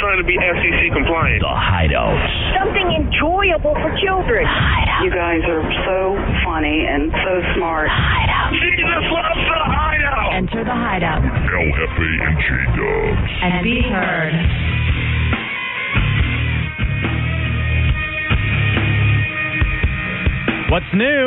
Trying to be FCC compliant. The hideout. Something enjoyable for children. You guys are so funny and so smart. Jesus loves the hideout. Enter the hideout LFA and G Dubs. and be heard. What's new?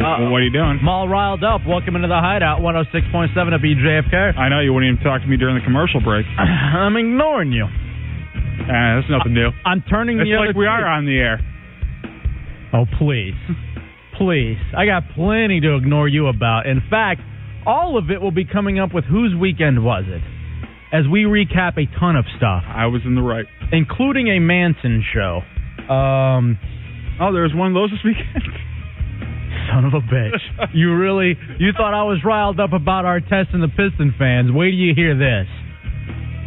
Well, what are you doing? Uh, I'm all riled up. Welcome into the hideout, 106.7 at BJFK. I know you wouldn't even talk to me during the commercial break. I'm ignoring you. Eh, that's nothing new. I'm turning It's the like other we are on the air. Oh, please. please. I got plenty to ignore you about. In fact, all of it will be coming up with whose weekend was it? As we recap a ton of stuff, I was in the right. including a Manson show. Um, Oh, there's one of those this weekend. son of a bitch. you really, you thought I was riled up about our test and the Piston fans. Wait till you hear this.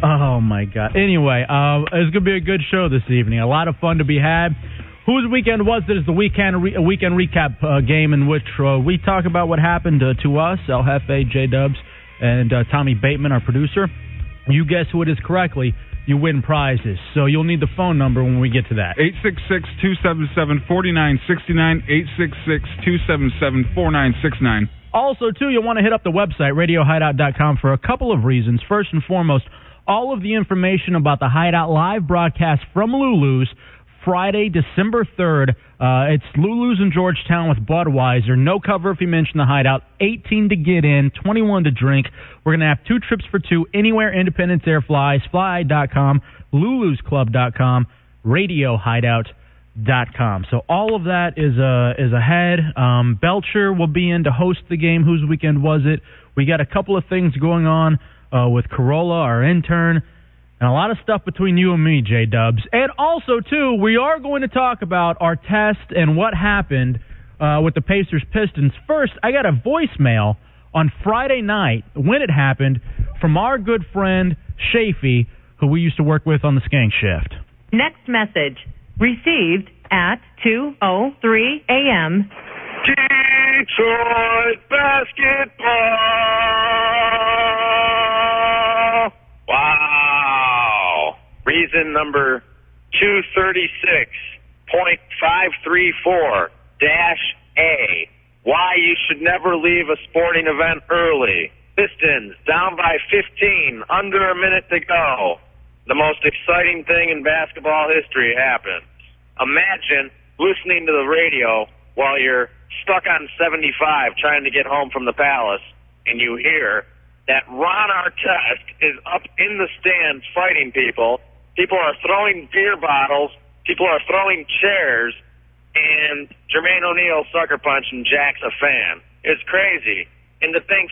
Oh my god. Anyway, uh, it's gonna be a good show this evening. A lot of fun to be had. Whose weekend was it? Is the weekend re- a weekend recap uh, game in which uh, we talk about what happened uh, to us, El Jefe, J Dubs, and uh, Tommy Bateman, our producer. You guess who it is correctly, you win prizes. So you'll need the phone number when we get to that. 866 277 4969. 866 277 4969. Also, too, you'll want to hit up the website, radiohideout.com, for a couple of reasons. First and foremost, all of the information about the Hideout live broadcast from Lulu's Friday, December 3rd. Uh, it's Lulu's in Georgetown with Budweiser. No cover if you mention the Hideout. 18 to get in, 21 to drink. We're going to have two trips for two anywhere Independence Air flies, fly.com, lulusclub.com, radiohideout.com dot com. So all of that is uh, is ahead. Um, Belcher will be in to host the game. Whose weekend was it? We got a couple of things going on uh, with Corolla, our intern, and a lot of stuff between you and me, J Dubs. And also too, we are going to talk about our test and what happened uh, with the Pacers Pistons. First, I got a voicemail on Friday night when it happened from our good friend Shafee, who we used to work with on the Skank Shift. Next message received at 2:03 a.m. Detroit basketball. Wow. Reason number 236.534 dash A. Why you should never leave a sporting event early. Pistons down by 15, under a minute to go. The most exciting thing in basketball history happens. Imagine listening to the radio while you're stuck on 75 trying to get home from the palace, and you hear that Ron Artest is up in the stands fighting people. People are throwing beer bottles. People are throwing chairs. And Jermaine O'Neal sucker punch and Jack's a fan. It's crazy. And to think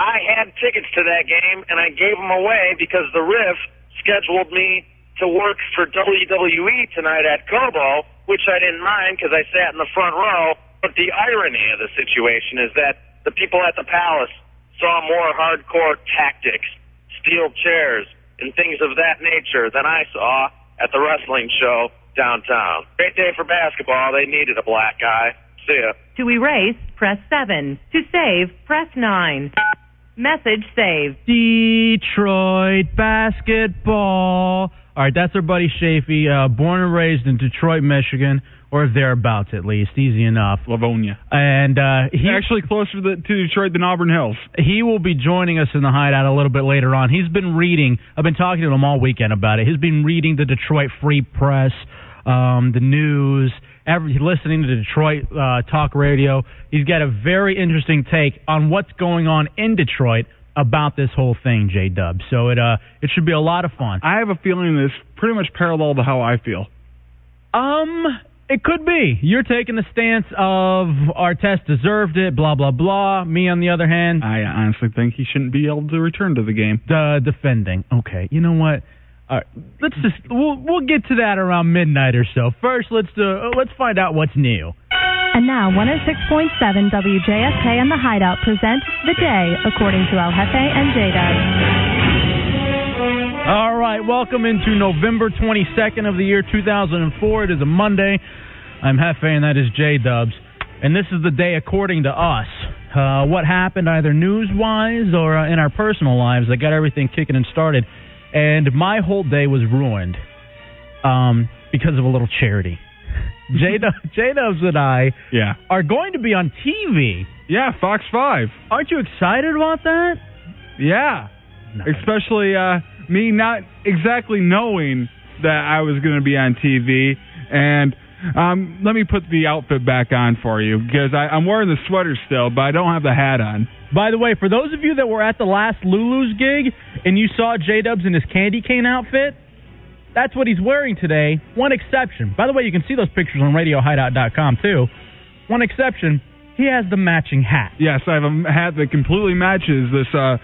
I had tickets to that game and I gave them away because the Riff scheduled me to work for WWE tonight at Cobo, which I didn't mind because I sat in the front row. But the irony of the situation is that the people at the Palace saw more hardcore tactics, steel chairs, and things of that nature than I saw at the wrestling show downtown. Great day for basketball. They needed a black guy. See ya. To erase, press 7. To save, press 9. Message saved. Detroit basketball. All right, that's our buddy Shafee, uh, born and raised in Detroit, Michigan, or thereabouts at least. Easy enough. Livonia. And uh, he Actually, closer to, to Detroit than Auburn Hills. he will be joining us in the hideout a little bit later on. He's been reading. I've been talking to him all weekend about it. He's been reading the Detroit Free Press, um, the news, every, listening to Detroit uh, talk radio. He's got a very interesting take on what's going on in Detroit about this whole thing, J Dub. So it uh, it should be a lot of fun. I have a feeling this pretty much parallel to how I feel. Um, it could be. You're taking the stance of Artest deserved it, blah blah blah. Me on the other hand, I honestly think he shouldn't be able to return to the game. uh, defending. Okay, you know what? All right, let's just we'll we'll get to that around midnight or so. First, let's uh, let's find out what's new. And now 106.7 WJFK and the Hideout present The Day according to El Jefe and J-Dub. All right, welcome into November 22nd of the year 2004. It is a Monday. I'm Hefe, and that is J Dubs. And this is the day, according to us, uh, what happened either news wise or uh, in our personal lives that got everything kicking and started. And my whole day was ruined um, because of a little charity. J Dubs and I yeah. are going to be on TV. Yeah, Fox 5. Aren't you excited about that? Yeah. No. Especially uh, me not exactly knowing that I was going to be on TV. And um, let me put the outfit back on for you because I, I'm wearing the sweater still, but I don't have the hat on. By the way, for those of you that were at the last Lulu's gig and you saw J Dubs in his candy cane outfit, that's what he's wearing today. One exception. By the way, you can see those pictures on RadioHideout.com too. One exception. He has the matching hat. Yes, I have a hat that completely matches this uh,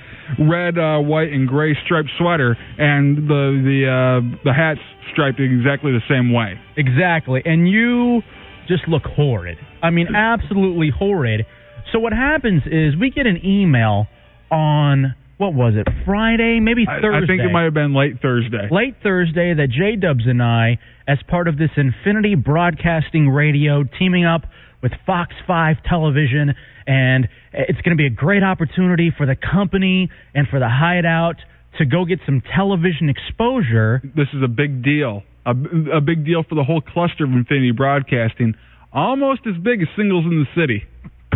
red, uh, white, and gray striped sweater, and the the uh, the hat's striped exactly the same way. Exactly. And you just look horrid. I mean, absolutely horrid. So what happens is we get an email on what was it? Friday, maybe I- Thursday. I think it might have been late Thursday. late Thursday that J Dubs and I, as part of this Infinity Broadcasting Radio, teaming up with Fox 5 Television, and it's going to be a great opportunity for the company and for the hideout to go get some television exposure. This is a big deal. A, a big deal for the whole cluster of Infinity Broadcasting. Almost as big as singles in the city.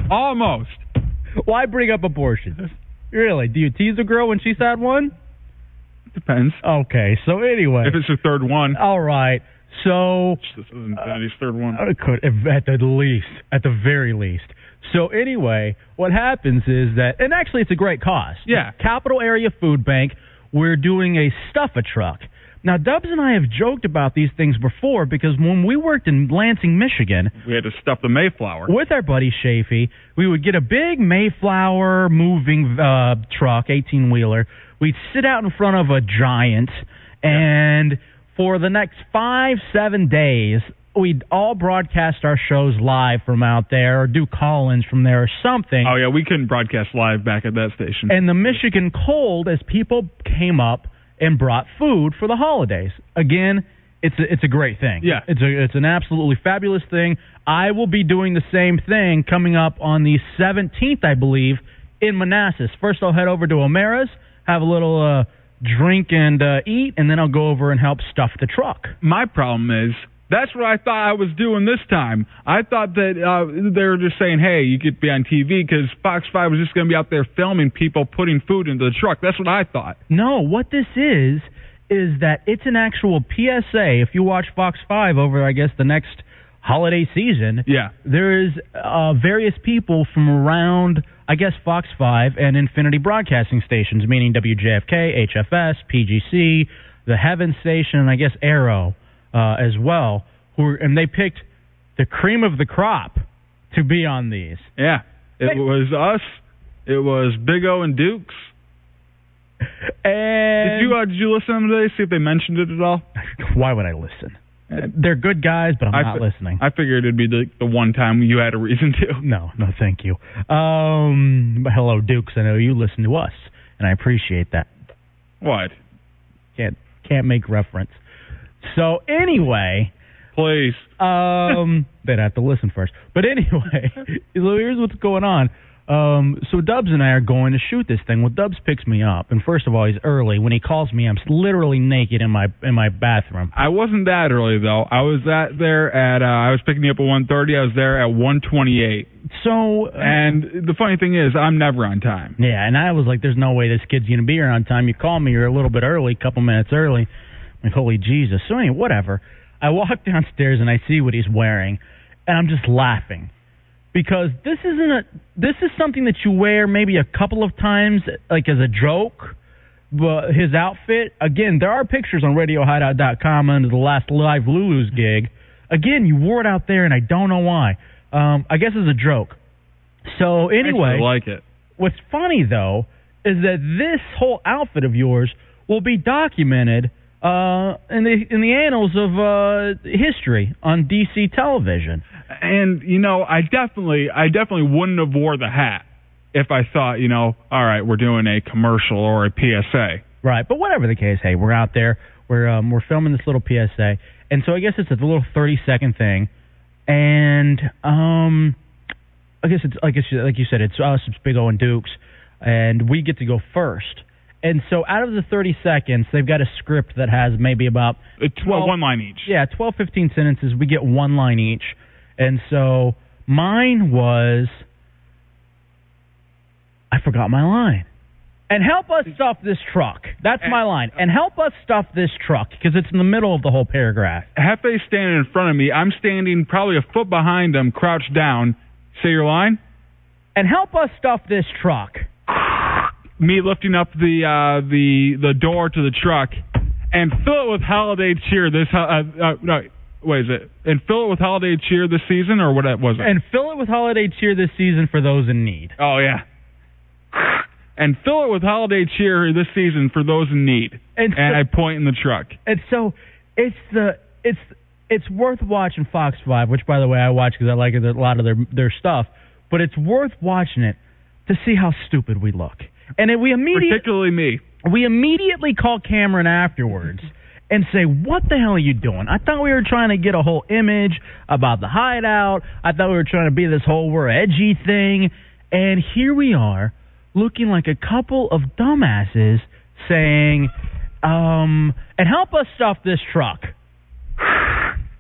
Almost. Why bring up abortions? Really? Do you tease a girl when she's had one? Depends. Okay, so anyway. If it's her third one, all right. So this is Infinity's third one. Uh, could at the least, at the very least. So anyway, what happens is that, and actually, it's a great cause. Yeah. Capital Area Food Bank. We're doing a stuff a truck. Now, Dubs and I have joked about these things before because when we worked in Lansing, Michigan, We had to stuff the Mayflower. with our buddy Shafi, we would get a big Mayflower moving uh, truck, 18 wheeler. We'd sit out in front of a giant, and for the next five, seven days, we'd all broadcast our shows live from out there or do call ins from there or something. Oh yeah, we couldn't broadcast live back at that station. And the Michigan cold, as people came up and brought food for the holidays. Again, it's a, it's a great thing. Yeah. it's a it's an absolutely fabulous thing. I will be doing the same thing coming up on the 17th, I believe, in Manassas. First, I'll head over to O'Mara's, have a little uh, drink and uh, eat, and then I'll go over and help stuff the truck. my problem is that's what I thought I was doing this time. I thought that uh, they were just saying, "Hey, you could be on TV" because Fox Five was just going to be out there filming people putting food into the truck. That's what I thought. No, what this is is that it's an actual PSA. If you watch Fox 5 over, I guess, the next holiday season, Yeah. there is uh, various people from around, I guess, Fox 5 and Infinity Broadcasting stations, meaning WJFK, HFS, PGC, the Heaven Station, and I guess Arrow uh, as well. Who are, and they picked the cream of the crop to be on these. Yeah, it Hey. was us. It was Big O and Dukes. And Did you uh, did you listen to them today? See if they mentioned it at all. why would I listen? They're good guys, but I'm I not fi- listening. I figured it'd be the, the one time you had a reason to. No, no, thank you. Um, but hello, Dukes. I know you listen to us, and I appreciate that. What? Can't can't make reference. So anyway, Please. um, they'd have to listen first. But anyway, so here's what's going on. Um, so Dubs and I are going to shoot this thing. Well, Dubs picks me up, and first of all, he's early. When he calls me, I'm literally naked in my in my bathroom. I wasn't that early though. I was at there at uh, I was picking you up at one thirty. I was there at one twenty eight. So And the funny thing is, I'm never on time. Yeah, and I was like, "There's no way this kid's gonna be here on time." You call me, you're a little bit early, couple minutes early. I'm like, holy Jesus! So anyway, whatever. I walk downstairs and I see what he's wearing, and I'm just laughing because this isn't a this is something that you wear maybe a couple of times, like as a joke. But his outfit again, there are pictures on RadioHideout.com under the last live Lulu's gig. Again, you wore it out there, and I don't know why. Um, I guess it's a joke. So anyway, I like it. What's funny though is that this whole outfit of yours will be documented uh, in the in the annals of uh, history on DC television. and you know, I definitely, I definitely wouldn't have wore the hat if I thought, you know, all right, we're doing a commercial or a PSA. Right, but whatever the case, hey, we're out there. We're um, we're filming this little PSA, and so I guess it's a little thirty second thing, and um, I guess it's like it's like you said, it's us, it's Big O and Dukes, and we get to go first. And so out of the thirty seconds, they've got a script that has maybe about A Uh, tw- one line each. yeah, 12, 15 sentences. We get one line each. And so mine was I forgot my line. And help us stuff this truck. That's my line. And help us stuff this truck because it's in the middle of the whole paragraph. Hefe's standing in front of me. I'm standing probably a foot behind him, crouched down. Say your line. And help us stuff this truck. Me lifting up the uh, the the door to the truck and fill it with holiday cheer. This ho- uh, uh, no, what is it? And fill it with holiday cheer this season, or what was it? And fill it with holiday cheer this season for those in need. oh yeah. And fill it with holiday cheer this season for those in need. And so- and I point in the truck. And so it's the it's it's worth watching Fox Five, which by the way I watch because I like a lot of their their stuff. But it's worth watching it to see how stupid we look. And then we immediately Particularly me. we immediately call Cameron afterwards and say, "What the hell are you doing? I thought we were trying to get a whole image about the hideout. I thought we were trying to be this whole we're edgy thing, and here we are looking like a couple of dumbasses saying, um, and help us stuff this truck."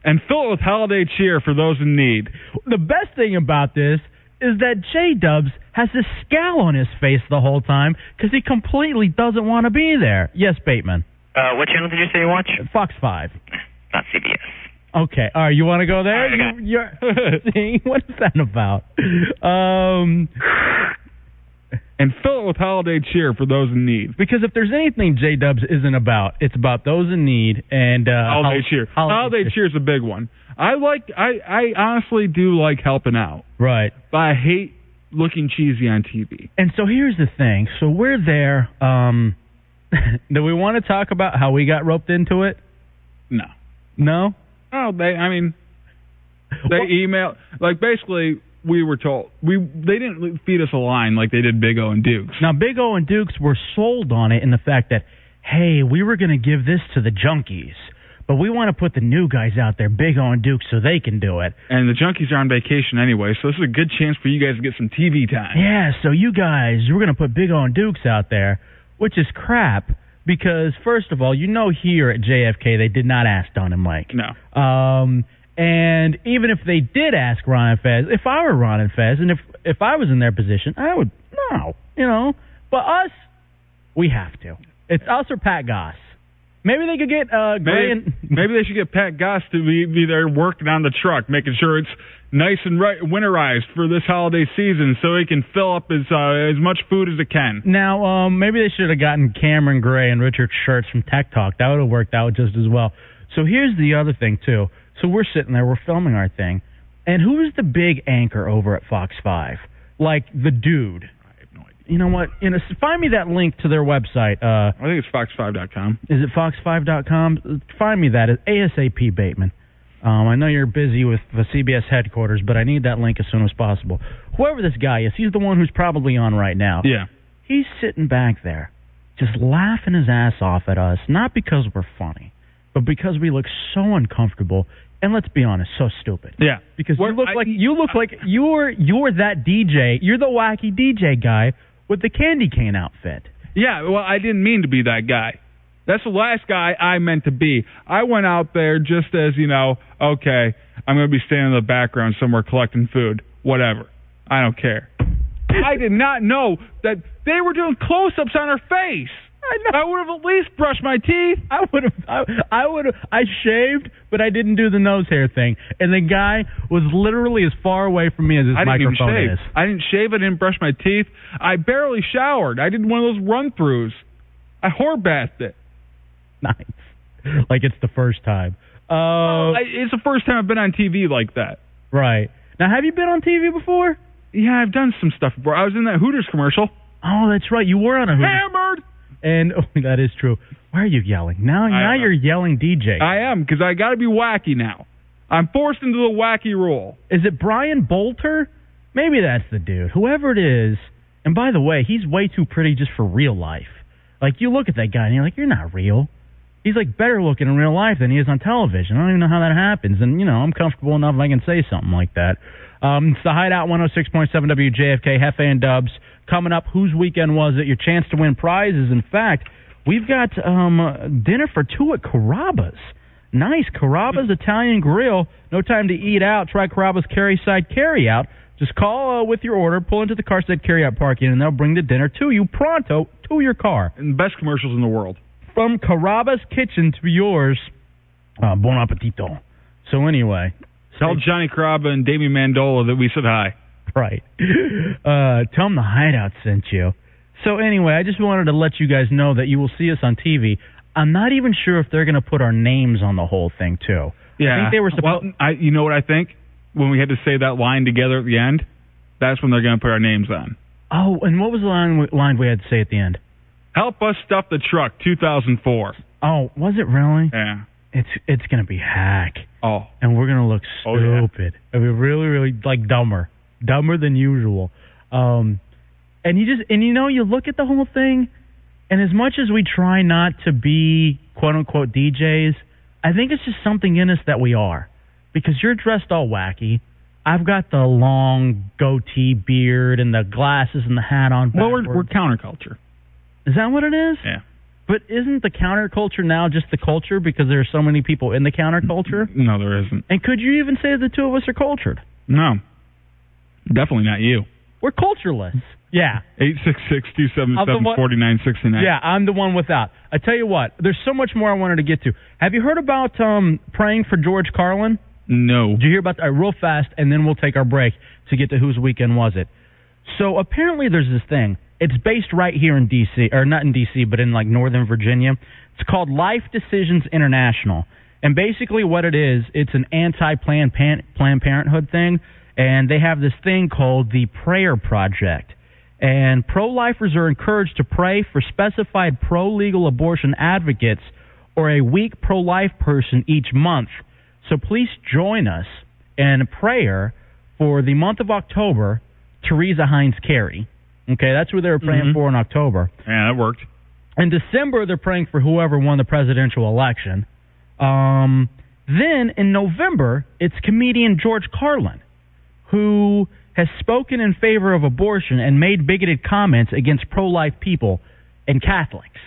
And fill it with holiday cheer for those in need. The best thing about this is that J Dubs has this scowl on his face the whole time because he completely doesn't want to be there. Yes, Bateman. Uh, what channel did you say you watch? Fox 5. Not CBS. Okay. All right. You want to go there? All right, You, are see, what is that about? Um, And fill it with holiday cheer for those in need. because if there's anything J Dubs isn't about, it's about those in need and uh, holiday hol- cheer. holiday Holiday cheer. cheer is a big one. I like. I I honestly do like helping out, Right. but I hate looking cheesy on TV. And so here's the thing. So we're there. Um, do we want to talk about how we got roped into it? No. No. Oh, they. I mean, they Well- email like basically we were told we they didn't feed us a line like they did Big O and Dukes. Now, Big O and Dukes were sold on it in the fact that, hey, we were going to give this to the junkies, but we want to put the new guys out there, Big O and Dukes, so they can do it. And the junkies are on vacation anyway, so this is a good chance for you guys to get some TV time. Yeah, so you guys, we're going to put Big O and Dukes out there, which is crap because, first of all, you know here at JFK they did not ask Don and Mike. No. Um, and even if they did ask Ron and Fez, if I were Ron and Fez, and if if I was in their position, I would no, you know. But us, we have to. It's us or Pat Goss. Maybe they could get uh, Gray Maybe, and maybe they should get Pat Goss to be, be there working on the truck, making sure it's nice and right, winterized for this holiday season, so he can fill up as uh, as much food as it can. Now, um, maybe they should have gotten Cameron Gray and Richard Schertz from Tech Talk. That would have worked out just as well. So here's the other thing too. So we're sitting there, we're filming our thing, and who is the big anchor over at Fox Five? Like the dude. I have no idea. You know what? You know, s- find me that link to their website. Uh, I think it's fox5.com. is it fox5.com? Uh, Find me that. It's ASAP Bateman. Um, I know you're busy with the CBS headquarters, but I need that link as soon as possible. Whoever this guy is, he's the one who's probably on right now Yeah. he's sitting back there just laughing his ass off at us, not because we're funny, but because we look so uncomfortable and let's be honest, so stupid. Yeah. Because We're- you look I- like you look like you're you're that DJ, you're the wacky DJ guy with the candy cane outfit. Yeah, well, I didn't mean to be that guy. That's the last guy I meant to be. I went out there just as, you know, okay, I'm going to be standing in the background somewhere collecting food. Whatever. I don't care. I did not know that they were doing close ups on her face. I know. I would have at least brushed my teeth. I would have, I, I would, have I shaved, but I didn't do the nose hair thing. And the guy was literally as far away from me as his I didn't even microphone shave. is. I didn't shave. I didn't brush my teeth. I barely showered. I did one of those run throughs. I whorebathed it. Nice, like it's the first time. Uh, I, it's the first time I've been on TV like that. Right. Now, have you been on TV before? Yeah, I've done some stuff before. I was in that Hooters commercial. Oh, that's right. You were on a Hooters. Hammered. And oh, that is true. Why are you yelling? Now, now know. you're yelling DJ. I am because I got to be wacky now. I'm forced into the wacky rule. Is it Brian Bolter? Maybe that's the dude. Whoever it is. And by the way, he's way too pretty just for real life. Like you look at that guy and you're like, you're not real. He's like better looking in real life than he is on television. I don't even know how that happens. And you know, I'm comfortable enough I can say something like that. Um, it's the Hideout 106.7 WJFK, Hefe and Dubs. Coming up, whose weekend was it? Your chance to win prizes. In fact, we've got um, uh, dinner for two at Carrabba's. Nice, Carrabba's Italian Grill. No time to eat out. Try Carrabba's carry side carry out. Just call uh, with your order, pull into the Carstead carry out parking, and they'll bring the dinner to you pronto to your car. And best commercials in the world. From Carrabba's kitchen to yours, uh, bon appetito. So anyway, Tell Johnny Carrabba and Damien Mandola that we said hi. Right. Uh, tell them the hideout sent you. So anyway, I just wanted to let you guys know that you will see us on TV. I'm not even sure if they're going to put our names on the whole thing too. Yeah. I think they were Well, supposed. I, you know what I think? When we had to say that line together at the end, that's when they're going to put our names on. oh, and what was the line we, line we had to say at the end? Help us stuff the truck, 2004. Oh, was it really? Yeah. It's it's going to be hack, Oh. and we're going to look Oh, yeah. stupid. I mean, really, really like dumber, dumber than usual. Um, and you just and you know you look at the whole thing, and as much as we try not to be quote unquote DJs, I think it's just something in us that we are, because you're dressed all wacky. I've got the long goatee beard and the glasses and the hat on. Well, we're, backwards. we're counterculture. Is that what it is? Yeah. But isn't the counterculture now just the culture because there are so many people in the counterculture? No, there isn't. And could you even say the two of us are cultured? No. Definitely not you. We're cultureless. Yeah. Eight six six two seven Of the seven what- forty nine sixty nine. Yeah, I'm the one without. I tell you what, there's so much more I wanted to get to. Have you heard about um praying for George Carlin? No. Did you hear about that? Real fast, and then we'll take our break to get to whose weekend was it. So apparently, there's this thing. It's based right here in D.C. or not in D.C. but in like Northern Virginia. It's called Life Decisions International, and basically what it is, it's an anti-Planned Pan- Planned Parenthood thing, and they have this thing called the Prayer Project. And pro-lifers are encouraged to pray for specified pro-legal abortion advocates or a weak pro-life person each month. So please join us in prayer for the month of October, Teresa Hines Carey. Okay, that's who they were praying Mhm. for in October. Yeah, that worked. In December, they're praying for whoever won the presidential election. Um, then in November, it's comedian George Carlin, who has spoken in favor of abortion and made bigoted comments against pro life people and Catholics,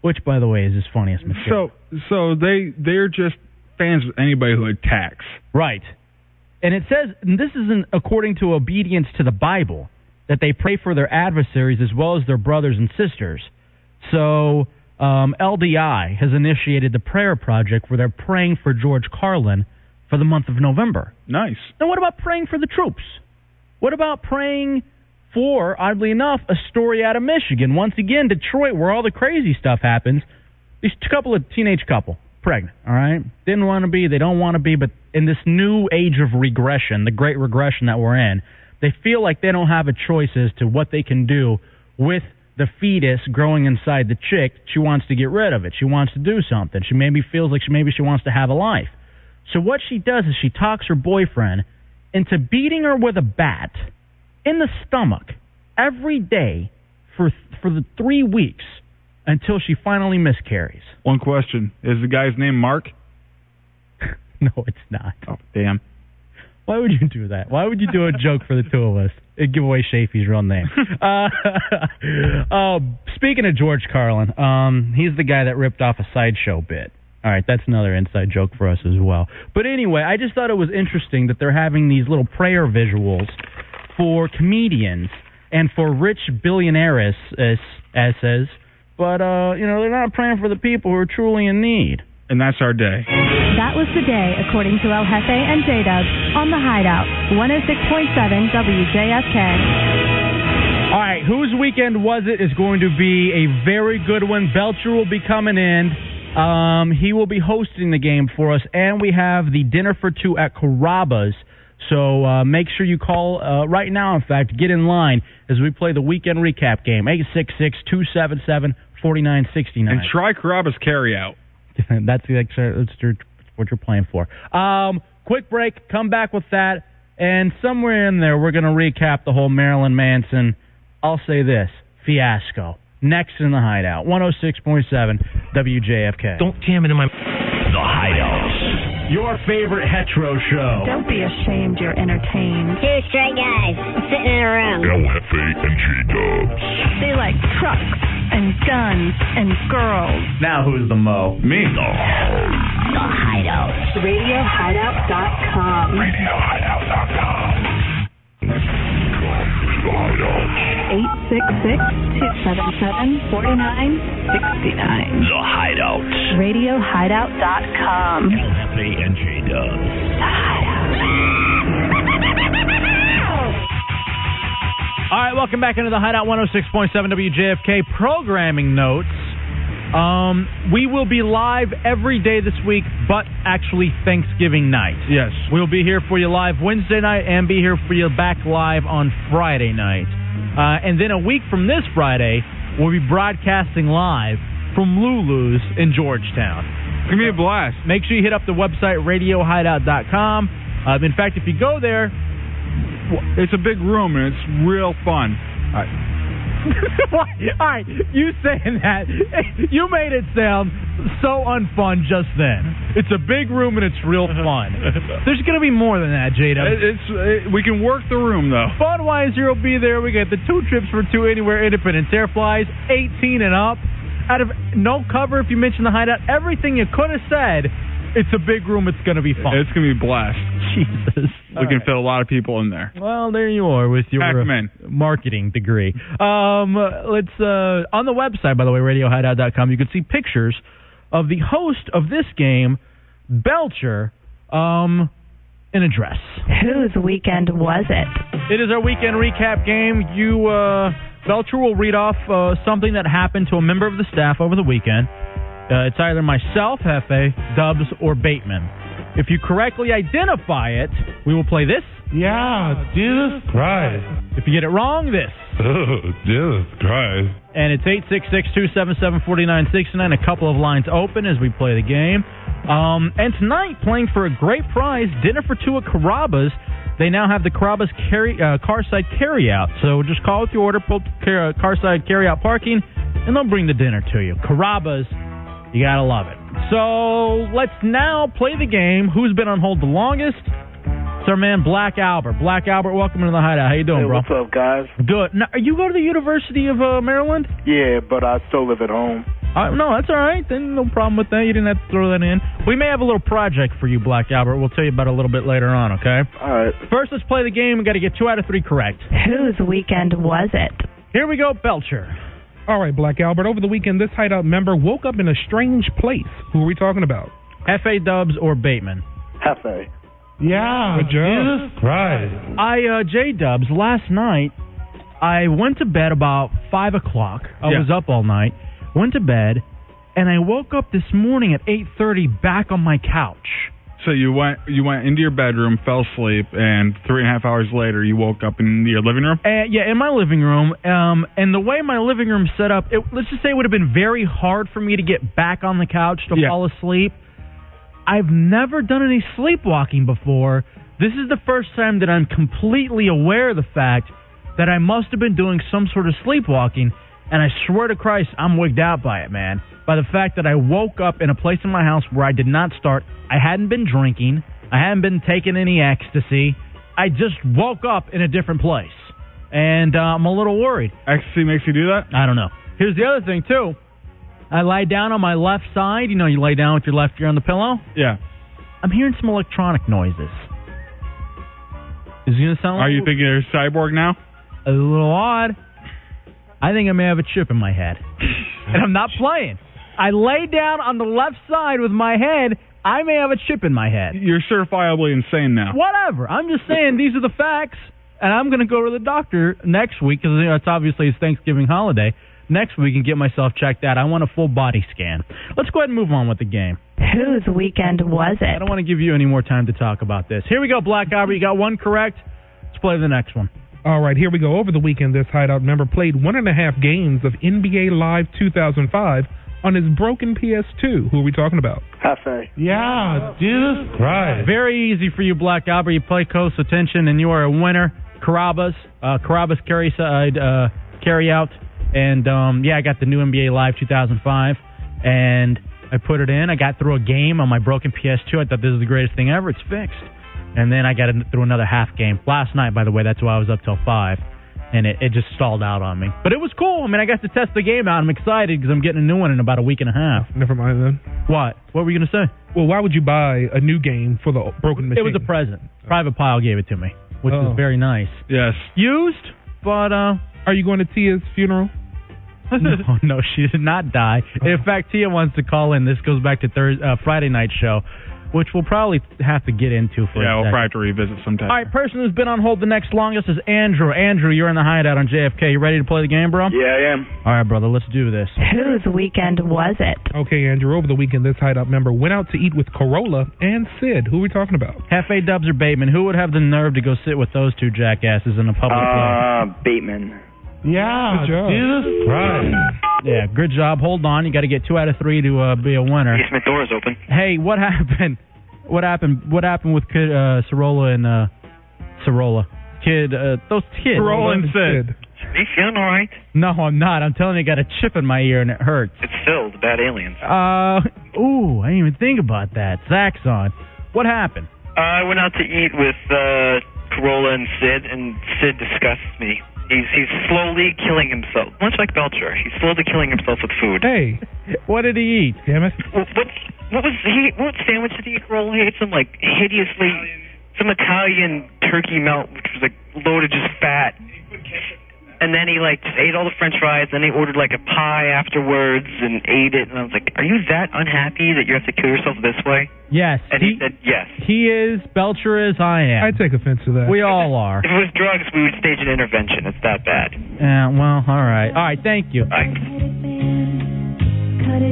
which, by the way, is his funniest mistake. So so they they're just fans of anybody who attacks. Right. And it says, and this isn't according to obedience to the Bible, that they pray for their adversaries as well as their brothers and sisters. So um, LDI has initiated the prayer project where they're praying for George Carlin for the month of November. Nice. Now, what about praying for the troops? What about praying for, oddly enough, a story out of Michigan? Once again, Detroit, where all the crazy stuff happens. These t- couple of teenage couple, pregnant, all right? Didn't want to be, they don't want to be, but in this new age of regression, the great regression that we're in, they feel like they don't have a choice as to what they can do with the fetus growing inside the chick. She wants to get rid of it. She wants to do something. She maybe feels like she maybe she wants to have a life. So what she does is she talks her boyfriend into beating her with a bat in the stomach every day for for the 3 weeks until she finally miscarries. One question. Is the guy's name Mark? no, it's not. Oh, damn. Why would you do that? Why would you do a joke for the two of us? It'd give away Shafee's real name. Uh, uh, speaking of George Carlin, um, he's the guy that ripped off a sideshow bit. All right, that's another inside joke for us as well. But anyway, I just thought it was interesting that they're having these little prayer visuals for comedians and for rich billionaires, as, as says. But uh, you know, they're not praying for the people who are truly in need. And that's our day. That was the day, according to El Jefe and J Dub, on The Hideout, 106.7 WJFK. All right, whose weekend was it is going to be a very good one. Belcher will be coming in. Um, he will be hosting the game for us, and we have the dinner for two at Carrabba's. So uh, make sure you call uh, right now. In fact, get in line as we play the weekend recap game. Eight six six two seven seven forty nine sixty And nine. try Carrabba's carry out. That's the extra, that's your, what you're playing for. Um, Quick break, come back with that, and somewhere in there, we're going to recap the whole Marilyn Manson, I'll say this, fiasco. Next in the hideout, 106.7 WJFK. Don't jam it in my. The Hideout. Your favorite hetero show. Don't be ashamed you're entertained. Two straight guys sitting in a room. El Jefe and G Dubs. They like trucks and guns and girls. Now who's the mo? Me. The The Hideout. RadioHideout.com. RadioHideout.com. 866-277-4969. The Hideout. RadioHideout.com. Bay and J Dubs. All right, welcome back into the Hideout 106.7 WJFK programming notes. Um, we will be live every day this week, but actually Thanksgiving night. Yes. We'll be here for you live Wednesday night and be here for you back live on Friday night. Uh, and then a week from this Friday, we'll be broadcasting live from Lulu's in Georgetown. It's going to be a blast. Make sure you hit up the website radiohideout.com. Um, in fact, if you go there, It's a big room and it's real fun. Why- All right, you saying that you made it sound so unfun just then. It's a big room and it's real fun. There's going to be more than that, It- Jada. It's it, we can work the room though. Budweiser will be there. We got the two trips for two anywhere independence air flies, 18 and up. Out of no cover, if you mention the hideout, everything you could have said. It's a big room. It's going to be fun. It's gonna be a blast. Jesus. we can fit a lot of people in there. Well, there you are with your uh, Pac-Man. marketing degree. Um, uh, let's uh, on the website, by the way, RadioHideout.com. You can see pictures of the host of this game, Belcher, um, in a dress. Whose weekend was it? It is our weekend recap game. You uh, Belcher will read off uh, something that happened to a member of the staff over the weekend. Uh, it's either myself, Hefe, Dubs, or Bateman. If you correctly identify it, we will play this. Yeah, Jesus Christ. If you get it wrong, this. Oh, Jesus Christ. And it's 866-277-4969. A couple of lines open as we play the game. Um, and tonight, playing for a great prize, dinner for two at Carrabba's. They now have the Carrabba's carry, uh, Carside Carryout. So just call with your order, pull car, uh, Carside Carryout Parking, and they'll bring the dinner to you. Carrabba's, you gotta love it. So let's now play the game. Who's been on hold the longest? It's our man Black Albert. Black Albert, welcome into the hideout. How you doing, Hey, bro? what's up, guys? Good. Now, you go to the University of uh, Maryland? Yeah, but I still live at home. Uh, no, that's all right. Then no problem with that. You didn't have to throw that in. We may have a little project for you, Black Albert. We'll tell you about it a little bit later on. Okay. All right. First, let's play the game. We got to get two out of three correct. Whose weekend was it? Here we go, Belcher. All right, Black Albert. Over the weekend, this hideout member woke up in a strange place. Who are we talking about? Fa Dubs or Bateman? Hefe. Yeah, Jesus Christ. I uh, J Dubs last night. I went to bed about five o'clock. I Yeah. was up all night. Went to bed, and I woke up this morning at eight thirty, back on my couch. So you went you went into your bedroom, fell asleep, and three and a half hours later you woke up in your living room. Uh, yeah, in my living room. Um, and the way my living room set up, it, let's just say it would have been very hard for me to get back on the couch to Yeah. fall asleep. I've never done any sleepwalking before. This is the first time that I'm completely aware of the fact that I must have been doing some sort of sleepwalking. And I swear to Christ, I'm wigged out by it, man. By the fact that I woke up in a place in my house where I did not start. I hadn't been drinking. I hadn't been taking any ecstasy. I just woke up in a different place. And uh, I'm a little worried. Ecstasy makes you do that. I don't know. Here's the other thing, too. I lie down on my left side. You know, you lay down with your left ear on the pillow. Yeah. I'm hearing some electronic noises. Is it gonna sound Are you thinking you're a cyborg now? a little odd? I think I may have a chip in my head, and I'm not playing. I lay down on the left side with my head. I may have a chip in my head. You're certifiably insane now. Whatever. I'm just saying these are the facts, and I'm gonna go to the doctor next week because you know, it's obviously it's Thanksgiving holiday. Next week and get myself checked out. I want a full body scan. Let's go ahead and move on with the game. Whose weekend was I it? don't want to give you any more time to talk about this. Here we go, Black Albert. You got one correct. Let's play the next one. All right, here we go. Over the weekend, this hideout member played one and a half games of NBA Live 2005 on his broken PS2. Who are we talking about? Hefe. Yeah, Jesus Christ. Very easy for you, Black Albert. You play close attention, and you are a winner. Carabas, uh, Carabas carry side, uh, carry out, and um, yeah, I got the new NBA Live 2005, and I put it in. I got through a game on my broken PS2. I thought this is the greatest thing ever. It's fixed, and then I got in through another half game last night. By the way, that's why I was up till five, and it, it just stalled out on me. But it was cool. I mean, I got to test the game out. I'm excited because I'm getting a new one in about a week and a half. Never mind then. What? What were you gonna say? Well, why would you buy a new game for the broken machine? It was a present. Private Pile gave it to me, which Oh. was very nice. Yes. Used, but uh, Are you going to Tia's funeral? no, no, she did not die. In fact, Tia wants to call in. This goes back to Thursday, uh, Friday night show, which we'll probably have to get into for. Yeah, a we'll second. probably have to revisit sometime. All right, person who's been on hold the next longest is Andrew. Andrew, you're in the hideout on JFK. You ready to play the game, bro? Yeah, I am. All right, brother, let's do this. Whose weekend was it? Okay, Andrew, over the weekend, this hideout member went out to eat with Corolla and Sid. Who are we talking about? Hefe Dubs or Bateman, who would have the nerve to go sit with those two jackasses in a public Uh, place? Bateman. Yeah, Jesus Christ. Yeah, good job. Hold on. You got to get two out of three to uh, be a winner. Basement door is open. Hey, what happened? What happened? What happened with Kid uh, Sorolla and uh, Sorolla? Kid, uh, those kids. Sorolla and Sid. You feeling all right? No, I'm not. I'm telling you, I got a chip in my ear and it hurts. It's filled. Bad aliens. Uh, ooh, I didn't even think about that. Zach's on. What happened? I went out to eat with uh, Corolla and Sid, and Sid disgusts me. He's he's slowly killing himself, much like Belcher. He's slowly killing himself with food. Hey, What did he eat? damn it. What what was he? What sandwich did he eat? Corolla he ate some like hideously, some Italian turkey melt, which was like loaded just fat. And then he like just ate all the French fries. Then he ordered like a pie afterwards and ate it. And I was like, "Are you that unhappy that you have to kill yourself this way?" Yes, And he he, said, "Yes." he is. Belcher is. I am. I take offense to that. we all are. If it was drugs, we would stage an intervention. It's that bad. Yeah. Well, all right. All right. Thank you. Like,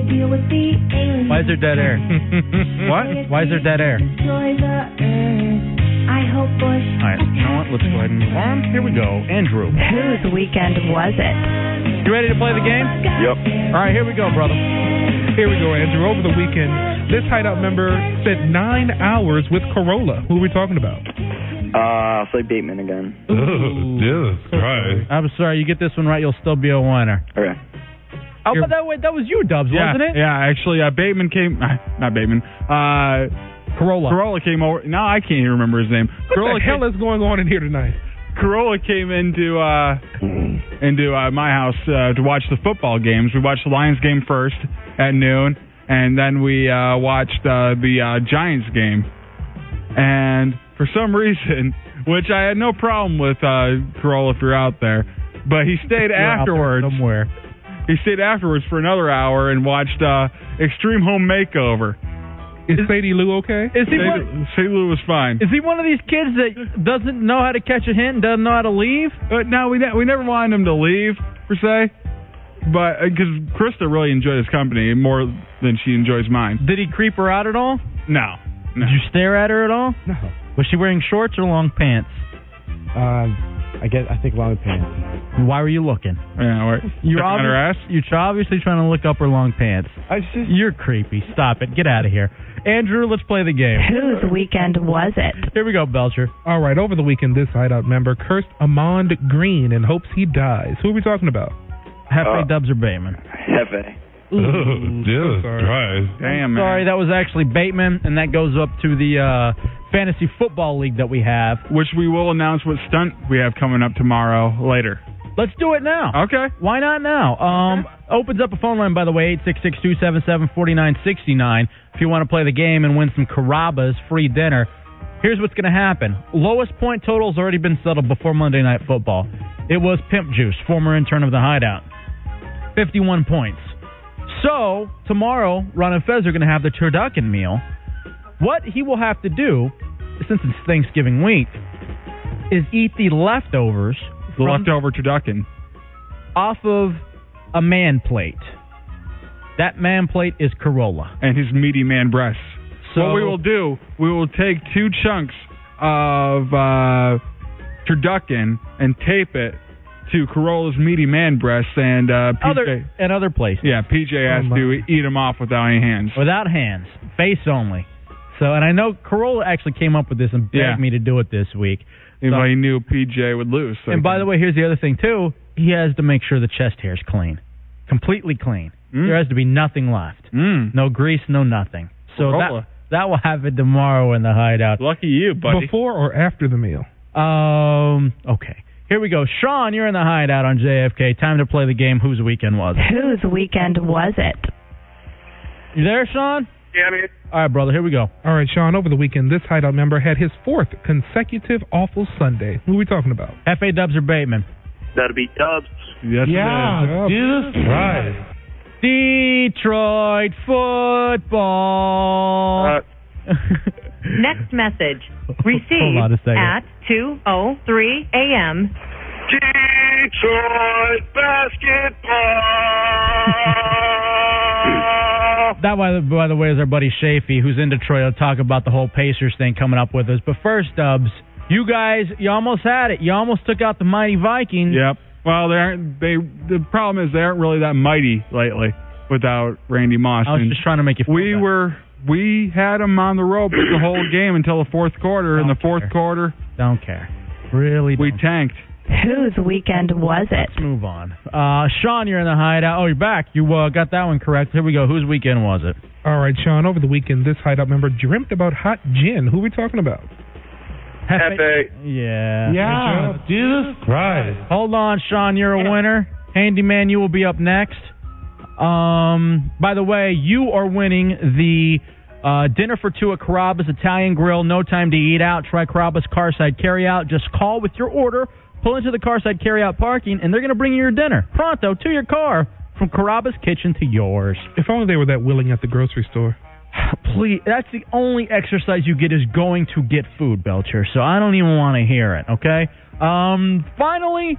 Why is there dead air? what? Why is there dead air? All right. You know what? Let's go ahead and move on. Here we go. Andrew, Whose weekend was it? you ready to play the game? Yep. All right. Here we go, brother. Here we go, Andrew. Over the weekend, this hideout member spent nine hours with Corolla. Who are we talking about? Uh, I'll say Bateman again. Jesus Christ. I'm sorry. You get this one right, you'll still be a winner. Okay. Oh, You're- but that, wa- that was you, Dubs, yeah, wasn't it? yeah, actually, uh, Bateman came. Not Bateman. Uh, Corolla. Corolla came over. No, I can't even remember his name. What Corolla the hell came, is going on in here tonight? Corolla came into uh, into uh, my house uh, to watch the football games. We watched the Lions game first at noon, and then we uh, watched uh, the uh, Giants game. And for some reason, which I had no problem with, uh, Corolla, if you're out there, but he stayed You're out there afterwards. Somewhere. He stayed afterwards for another hour and watched uh, Extreme Home Makeover. Is Sadie Lou okay? Is he, St. one, St. Louis was fine. is he one of these kids that doesn't know how to catch a hint and doesn't know how to leave? Uh, no, we ne- we never wanted him to leave per se, but because Krista really enjoyed his company more than she enjoys mine. Did he creep her out at all? No, no. Did you stare at her at all? No. Was she wearing shorts or long pants? Uh, I guess I think long pants. Why were you looking? yeah, all right. You're Checking out obvi- her ass. You're obviously trying to look up her long pants. I was just You're creepy. Stop it. Get out of here. Andrew, let's play the game. Whose weekend was it? Here we go, Belcher. All right, over the weekend, this hideout member cursed Amond Green and hopes he dies. Who are we talking about? Uh, Hefe Dubs or Bateman? Hefe. Jesus sorry. Christ. Damn, man. Sorry, that was actually Bateman, and that goes up to the uh, fantasy football league that we have. Which we will announce what stunt we have coming up tomorrow later. Let's do it now. Okay. Why not now? Um, opens up a phone line, by the way, 866-277-4969. If you want to play the game and win some Carabas free dinner, here's what's going to happen. Lowest point total's already been settled before Monday Night Football. It was Pimp Juice, former intern of the Hideout. 51 points. So, tomorrow, Ron and Fez are going to have the turducken meal. What he will have to do, since it's Thanksgiving week, is eat the leftovers The from leftover turducken. off of a man plate. That man plate is Corolla. and his meaty man breasts. So- what we will do, we will take two chunks of uh, turducken and tape it to Corolla's meaty man breasts and uh, PJ. Other- and other places. Oh Yeah, PJ has my. to eat them off without any hands. Without hands, face only. So, and I know Corolla actually came up with this and begged Yeah. me to do it this week. Anybody knew PJ would lose. so- and by the way, here's the other thing too. He has to make sure the chest hair's clean, completely clean. Mm. There has to be nothing left. No grease, no nothing. So Corolla. that that will happen tomorrow in the hideout. Lucky you, Before or after the meal? Um. Okay. Here we go. Sean, you're in the hideout on JFK. Time to play the game. Whose weekend was it? Whose weekend was it? You there, Sean? Yeah, I mean. All right, brother. Here we go. All right, Sean. Over the weekend, this hideout member had his fourth consecutive awful Sunday. Who are we talking about? F.A. Dubs or Bateman? That'll be Dubs. Yes, yeah, Jesus Christ. Detroit football. Next message Uh. Hold on a received second. at 2:03 a.m. Detroit basketball. That, by the, by the way, is our buddy Shafee, who's in Detroit. He'll talk about the whole Pacers thing coming up with us. But first, Dubs, you guys, you almost had it. You almost took out the mighty Vikings. Yep. Well, they aren't. They the problem is they aren't really that mighty lately without Randy Moss. I was And just trying to make you. Feel we were we had him on the ropes the whole game until the fourth quarter. In the fourth quarter, don't care. Really, we tanked. Whose weekend was it? Let's move on. Uh, Sean, you're in the hideout. Oh, you're back. You uh, got that one correct. Here we go. Whose weekend was it? All right, Sean. Over the weekend, this hideout member dreamt about hot gin. Who are we talking about? Hefe. Yeah. Yeah, Jesus Christ. Hold on, Sean. You're a winner. Handyman, you will be up next. Um, by the way, you are winning the uh, dinner for two at Carrabba's Italian Grill. No time to eat out. Try Carrabba's Carside Carryout. Just call with your order, pull into the Carside Carryout parking, and they're going to bring you your dinner pronto to your car from Carrabba's kitchen to yours. If only they were that willing at the grocery store. Please, that's the only exercise you get is going to get food, Belcher. So I don't even want to hear it. Okay. Um. Finally,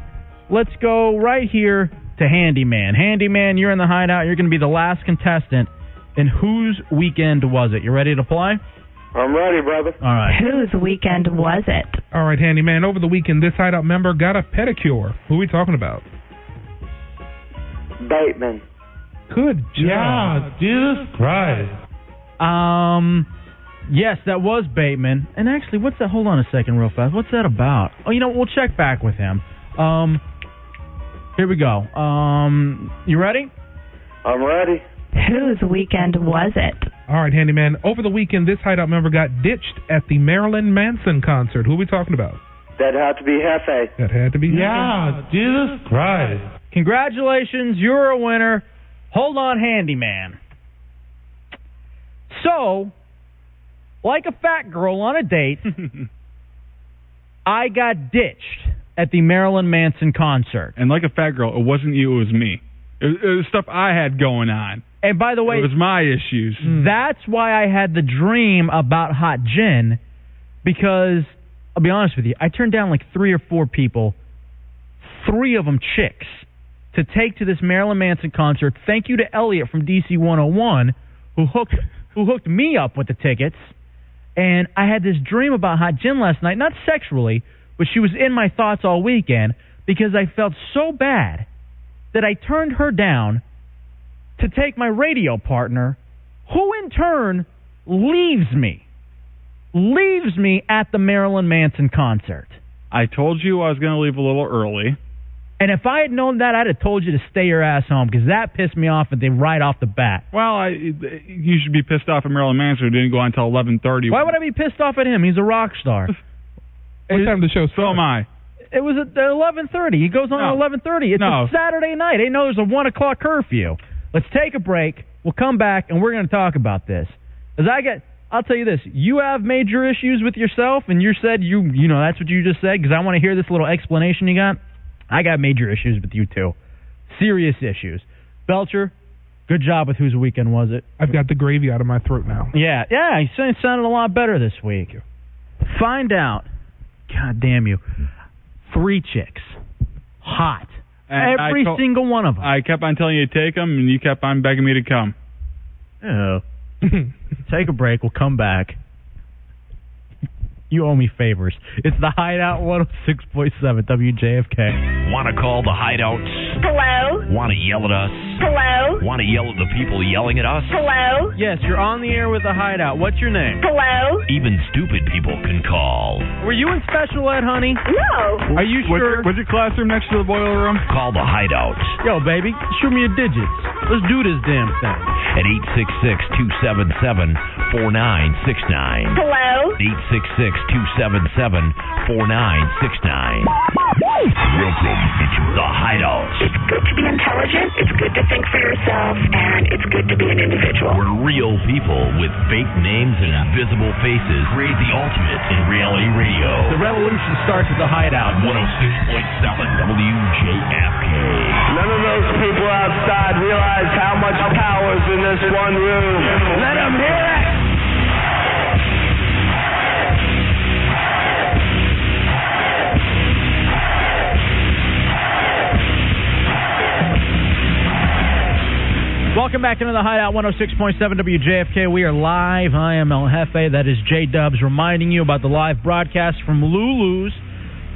let's go right here to Handyman. Handyman, you're in the hideout. You're going to be the last contestant. And whose weekend was it? You ready to play? I'm ready, brother. All right. Whose weekend was it? All right, handyman. Over the weekend, this hideout member got a pedicure. Who are we talking about? Bateman. Good job. Yeah, Jesus Christ. Um. Yes, that was Bateman. And actually, what's that? Hold on a second, real fast. What's that about? Oh, you know, we'll check back with him. Um. Here we go. Um. You ready? I'm ready. Whose weekend was it? All right, handyman. Over the weekend, this hideout member got ditched at the Marilyn Manson concert. Who are we talking about? That had to be Hefe. That had to be. Jesus Christ. Congratulations, you're a winner. Hold on, handyman. So, like a fat girl on a date, I got ditched at the Marilyn Manson concert. And like a fat girl, it wasn't you, it was me. It was, it was stuff I had going on. And by the way, it was my issues. that's why I had the dream about hot gin because I'll be honest with you, I turned down like three or four people, three of them chicks, to take to this Marilyn Manson concert. Thank you to Elliot from DC 101 who hooked who hooked me up with the tickets. And I had this dream about hot gin last night, not sexually, but she was in my thoughts all weekend because I felt so bad that I turned her down to take my radio partner, who in turn leaves me. Leaves me at the Marilyn Manson concert. I told you I was going to leave a little early. And if I had known that, I'd have told you to stay your ass home because that pissed me off at the right off the bat. Well, I, you should be pissed off at Marilyn Manson who didn't go on until 11:30. Why would I be pissed off at him? He's a rock star. What time the show? So am I. It was at 11:30. He goes on No. at 11:30. It's a No. Saturday night. They know there's a one o'clock curfew. Let's take a break. We'll come back and we're going to talk about this. As I get, I'll tell you this: you have major issues with yourself, and you said you, you know, that's what you just said because I want to hear this little explanation you got. I got major issues with you too, serious issues. Belcher, good job with whose weekend was it? I've got the gravy out of my throat now. Yeah, yeah, he sa- sounded a lot better this week. Find out. God damn you. Three chicks. Hot. And I Every told- single one of them. I kept on telling you to take them, and you kept on begging me to come. Oh. Take a break. We'll come back. You owe me favors. It's the Hideout 106.7 WJFK. Want to call the hideouts? Hello? Want to yell at us? Hello? Want to yell at the people yelling at us? Hello? Yes, you're on the air with the Hideout. What's your name? Hello? Even stupid people can call. Were you in special ed, honey? No. Are you What's sure? your, what's your classroom next to the boiler room? Call the hideouts Yo, baby, show me your digits. Let's do this damn thing. at 866 277 4969. Hello? 866 277 4969. Welcome to the hideouts. It's good to be intelligent. It's good to think for yourself. And it's good to be an individual. Where real people with fake names and invisible faces create the ultimate in reality radio. The revolution starts at the Hideout. 106.7 WJFK. None of those people outside realize how much power is in this one room. Let them hear it. Welcome back into the Hideout 106.7 WJFK. We are live. I am El Jefe. That is J Dubs reminding you about the live broadcast from Lulu's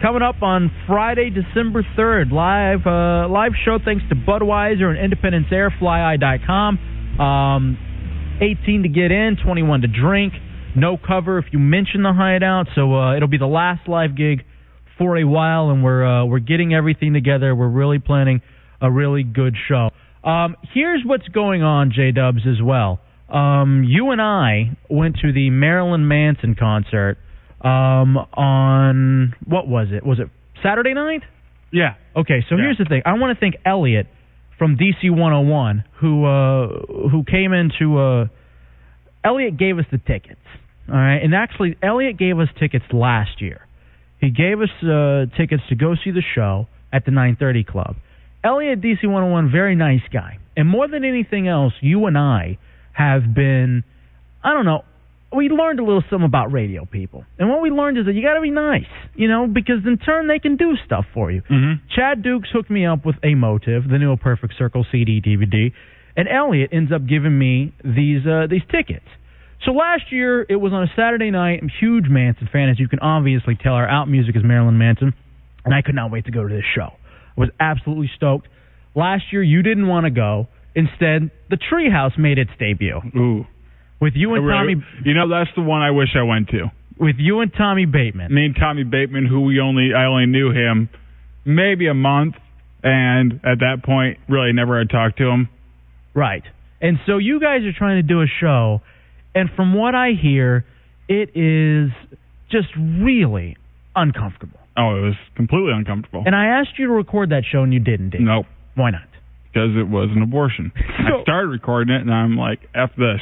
coming up on Friday, December 3rd. Live uh, live show thanks to Budweiser and Independence Air, FlyEye.com. Um, 18 to get in, 21 to drink. No cover if you mention the Hideout. So uh, it'll be the last live gig for a while, and we're uh, we're getting everything together. We're really planning a really good show. Um, here's what's going on, J Dubs, as well. Um, you and I went to the Marilyn Manson concert um, on what was it? Was it Saturday night? Yeah. Okay, so here's the thing. I want to thank Elliot from DC 101 who uh, who came in to. Uh, Elliot gave us the tickets. All right, and actually, Elliot gave us tickets last year. He gave us uh, tickets to go see the show at the 9:30 Club. Elliot DC 101, very nice guy, and more than anything else, you and I have been, I don't know, we learned a little something about radio people, and what we learned is that you got to be nice, you know, because in turn they can do stuff for you. Mm-hmm. Chad Dukes hooked me up with a motive, the new Perfect Circle CD DVD, and Elliot ends up giving me these uh, these tickets. So last year it was on a Saturday night. I'm a huge Manson fan, as you can obviously tell. Our out music is Marilyn Manson, and I could not wait to go to this show. I was absolutely stoked. Last year you didn't want to go. Instead, the Treehouse made its debut Ooh. with you and Tommy You know, that's the one I wish I went to. with you and Tommy Bateman. me and Tommy Bateman, who we only I only knew him maybe a month, and at that point, really never had talked to him. Right. And so you guys are trying to do a show, and from what I hear, it is just really uncomfortable. Oh, it was completely uncomfortable. And I asked you to record that show, and you didn't, did you? nope, Why not? because it was an abortion. I So- started recording it, and I'm like, f this.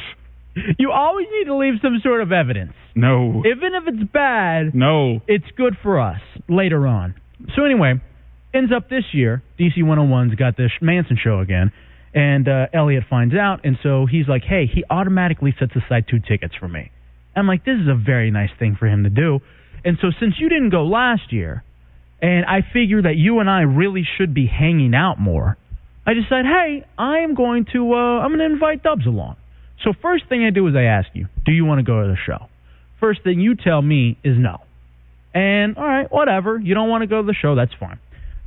You always need to leave some sort of evidence. No, Even if it's bad, no. it's good for us later on. So anyway, ends up this year, DC 101's got this Manson show again, and uh, Elliot finds out, and so he's like, hey, he automatically sets aside two tickets for me. I'm like, this is a very nice thing for him to do. And so since you didn't go last year, and I figure that you and I really should be hanging out more, I decide, hey, I am going to, uh, I'm going to invite Dubs along. So first thing I do is I ask you, do you want to go to the show? First thing you tell me is no. And all right, whatever. You don't want to go to the show, that's fine.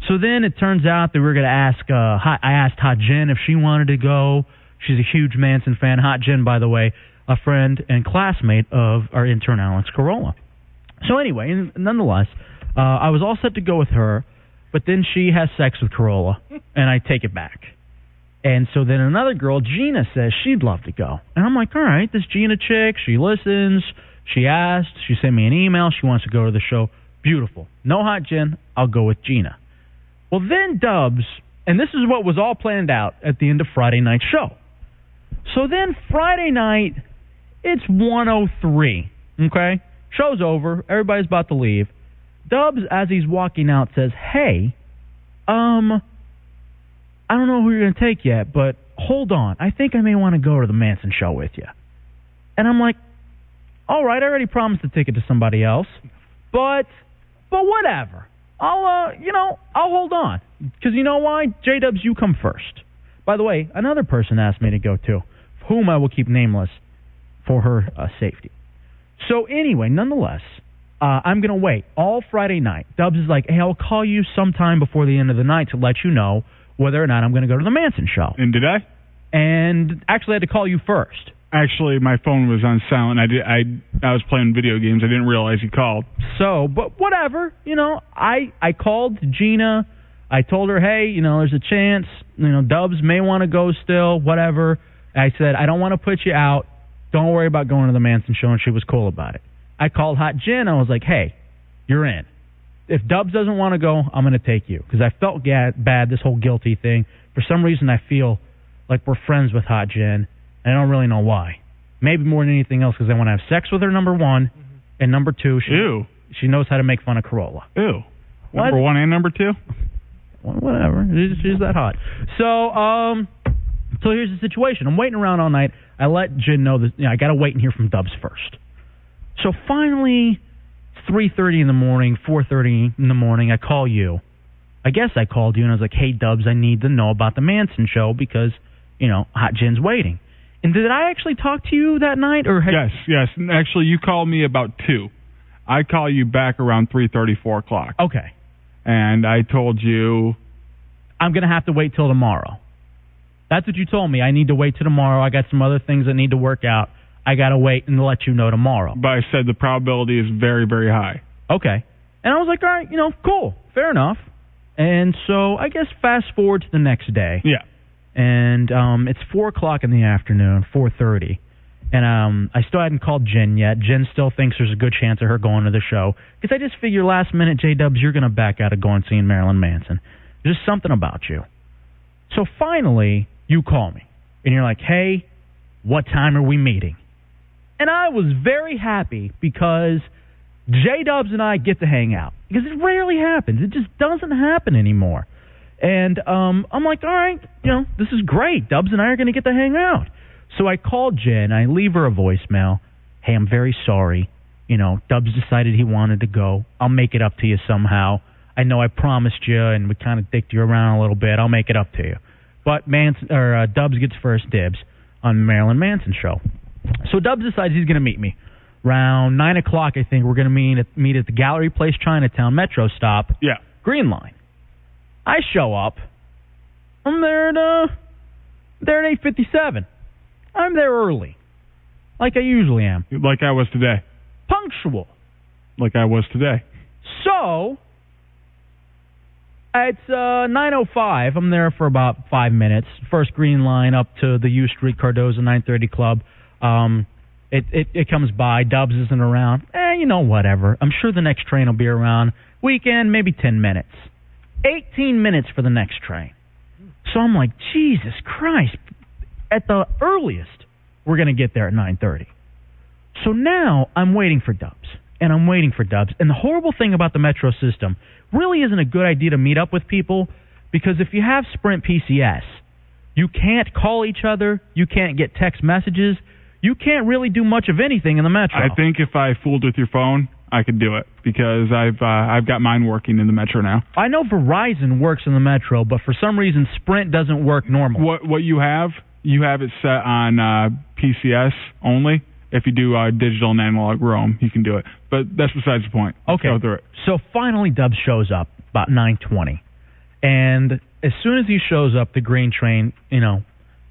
So then it turns out that we are going to ask. Uh, Hot, I asked Hot Jen if she wanted to go. She's a huge Manson fan. Hot Jen, by the way, a friend and classmate of our intern Alex Corolla. So anyway, n- nonetheless, uh, I was all set to go with her, but then she has sex with Corolla, and I take it back. And so then another girl, Gina, says she'd love to go. And I'm like, all right, this Gina chick, she listens. She asked. She sent me an email. She wants to go to the show. Beautiful. No hot gin. I'll go with Gina. Well, then Dubs, and this is what was all planned out at the end of Friday night's show. So then Friday night, it's 103. Okay? Show's over. Everybody's about to leave. Dubs, as he's walking out, says, Hey, um, I don't know who you're going to take yet, but hold on. I think I may want to go to the Manson show with you. And I'm like, all right, I already promised the ticket to somebody else, but but whatever. I'll uh, you know, I'll hold on because you know why? J Dubs, you come first. By the way, another person asked me to go too, whom I will keep nameless for her uh, safety. So anyway, nonetheless, Uh, I'm going to wait all Friday night. Dubs is like, hey, I'll call you sometime before the end of the night to let you know whether or not I'm going to go to the Manson show. And did I? And actually, I had to call you first. Actually, my phone was on silent. I did. I I was playing video games. I didn't realize you called. So, but whatever, you know, I I called Gina. I told her, hey, you know, there's a chance, you know, Dubs may want to go still, whatever. I said, I don't want to put you out. Don't worry about going to the Manson show, and she was cool about it. I called Hot Gin. I was like, hey, you're in. If Dubs doesn't want to go, I'm going to take you because I felt ga- bad this whole guilty thing. For some reason, I feel like we're friends with Hot Gin, and I don't really know why. Maybe more than anything else because I want to have sex with her, number one, and number two, she Ew. she knows how to make fun of Corolla. Ew. What? Number one and number two. Well, whatever. She's, she's that hot. So, um, so here's the situation. I'm waiting around all night. I let Jin know that you know, I got to wait and hear from Dubs first. So finally, 3:30 in the morning, 4:30 in the morning, I call you. I guess I called you and I was like, "Hey, Dubs, I need to know about the Manson show because you know Hot Jin's waiting." And did I actually talk to you that night, or had Yes, yes. And Actually, you called me about two. I call you back around three thirty, four o'clock, okay? and I told you I'm going to have to wait till tomorrow. That's what you told me. I need to wait till tomorrow. I got some other things that need to work out. I got to wait and let you know tomorrow. but I said the probability is very, very high. Okay. And I was like, all right, you know, cool, fair enough. And so I guess fast forward to the next day. Yeah. And um, it's four o'clock in the afternoon, four thirty, and um, I still hadn't called Jen yet. Jen still thinks there's a good chance of her going to the show because I just figure last minute, J Dubs, you're gonna back out of going seeing Marilyn Manson. There's just something about you. So finally, you call me, and you're like, hey, what time are we meeting? And I was very happy because J Dubs and I get to hang out because it rarely happens. It just doesn't happen anymore. And um, I'm like, all right, you know, this is great. Dubs and I are going to get to hang out. So I call Jen. I leave her a voicemail. Hey, I'm very sorry. You know, Dubs decided he wanted to go. I'll make it up to you somehow. I know I promised you, and we kind of dicked you around a little bit. I'll make it up to you. But Manson or uh, Dubs gets first dibs on the Marilyn Manson show. So Dubs decides he's going to meet me around nine o'clock. I think we're going to meet at, meet at the Gallery Place Chinatown Metro stop. Yeah. Green line. I show up. I'm there at uh, there at eight fifty seven. I'm there early, like I usually am. Like I was today. Punctual. Like I was today. So it's uh, nine oh five. I'm there for about five minutes. First green line up to the U Street Cardozo nine thirty club. Um, it, it it comes by. Dubs isn't around. Eh, you know whatever. I'm sure the next train will be around. Weekend maybe ten minutes. Eighteen minutes for the next train. So I'm like Jesus Christ. At the earliest, we're gonna get there at nine thirty. So now I'm waiting for Dubs, and I'm waiting for Dubs. And the horrible thing about the Metro system really isn't a good idea to meet up with people because if you have Sprint PCS, you can't call each other, you can't get text messages, you can't really do much of anything in the Metro. I think if I fooled with your phone, I could do it because I've uh, I've got mine working in the metro now. I know Verizon works in the Metro, but for some reason Sprint doesn't work normal. What what you have, you have it set on uh, PCS only. If you do uh, digital and analog roam, you can do it. But that's besides the point. Let's Okay. Go through it. So finally, Dubs shows up about nine twenty, and as soon as he shows up, the green train, you know,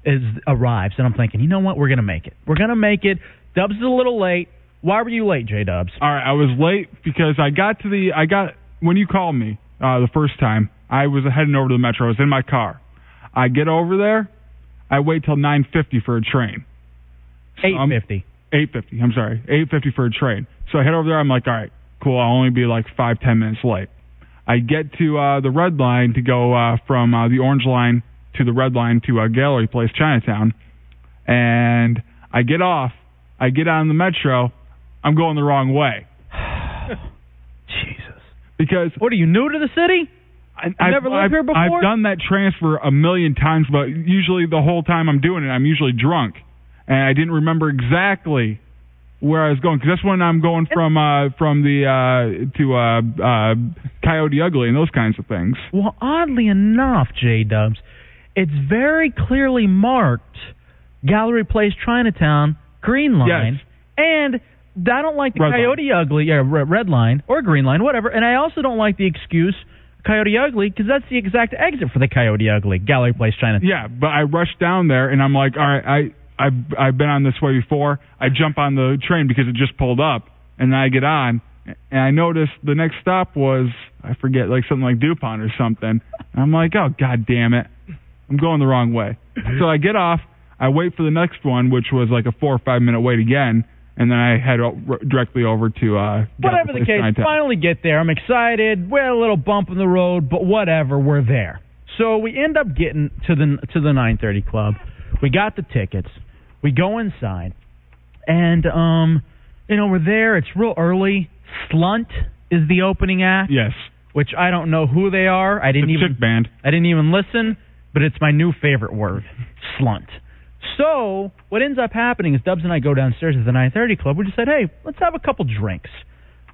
is arrives, and I'm thinking, you know what, we're gonna make it. We're gonna make it. Dubs is a little late. Why were you late, J Dubs? All right, I was late because I got to the I got when you called me uh, the first time. I was heading over to the metro. I was in my car. I get over there. I wait till 9:50 for a train. Eight fifty. 8:50. I'm sorry, 8:50 for a train. So I head over there. I'm like, all right, cool. I'll only be like five ten minutes late. I get to uh, the red line to go uh, from uh, the orange line to the red line to uh, Gallery Place, Chinatown, and I get off. I get on the metro. I'm going the wrong way Jesus. because What are you new to the city? I, I've never lived here before? I've done that transfer a million times, but usually the whole time I'm doing it, I'm usually drunk, and I didn't remember exactly where I was going because that's when I'm going from uh, from the uh, to uh, uh, Coyote Ugly and those kinds of things. Well, oddly enough, J Dubs, it's very clearly marked Gallery Place Chinatown Green Line. Yes. And I don't like the Red Coyote Ugly, yeah, re- Red Line or Green Line, whatever. And I also don't like the excuse Coyote Ugly because that's the exact exit for the Coyote Ugly Gallery Place, China. Yeah, but I rushed down there and I'm like, all right, I I've I've been on this way before. I jump on the train because it just pulled up, and I get on, and I noticed the next stop was I forget like something like Dupont or something. And I'm like, oh god damn it, I'm going the wrong way. So I get off. I wait for the next one, which was like a four or five minute wait again, and then I head o- r- directly over to uh. Whatever the case, Chinatown. finally get there. I'm excited. We had a little bump in the road, but whatever, we're there. So we end up getting to the to the 9:30 club. We got the tickets. We go inside, and um, you know we're there. It's real early. Slunt is the opening act. Yes. Which I don't know who they are. I didn't It's a even chick band. I didn't even listen, but it's my new favorite word, slunt. So what ends up happening is Dubs and I go downstairs to the 9:30 club. We just said, hey, let's have a couple drinks.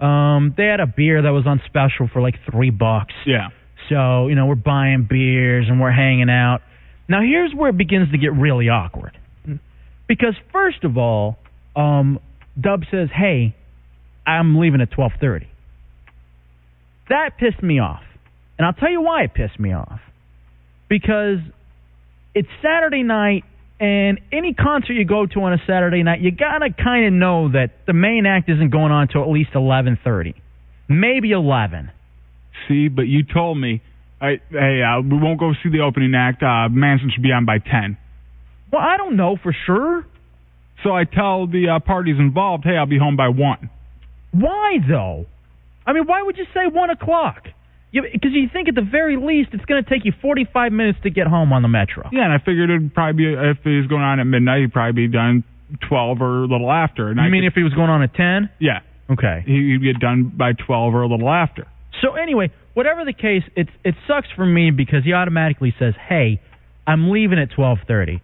Um, they had a beer that was on special for like three bucks. Yeah. So you know we're buying beers and we're hanging out. Now here's where it begins to get really awkward, because first of all, um, Dub says, hey, I'm leaving at 12:30. That pissed me off. And I'll tell you why it pissed me off. Because it's Saturday night, and any concert you go to on a Saturday night, you gotta kind of know that the main act isn't going on till at least 11:30, maybe 11. See, but you told me, I, hey, uh, we won't go see the opening act. Uh, Manson should be on by 10. Well, I don't know for sure. So I tell the uh, parties involved, hey, I'll be home by 1. Why though? I mean, why would you say one o'clock? Because you, think at the very least it's going to take you 45 minutes to get home on the metro. Yeah, and I figured it'd probably be, if it was going on at midnight, he'd probably be done 12 or a little after. And You I mean could- if he was going on at 10? Yeah. Okay. He- He'd get done by 12 or a little after. So anyway, whatever the case, it's it sucks for me because he automatically says, "Hey, I'm leaving at 12:30."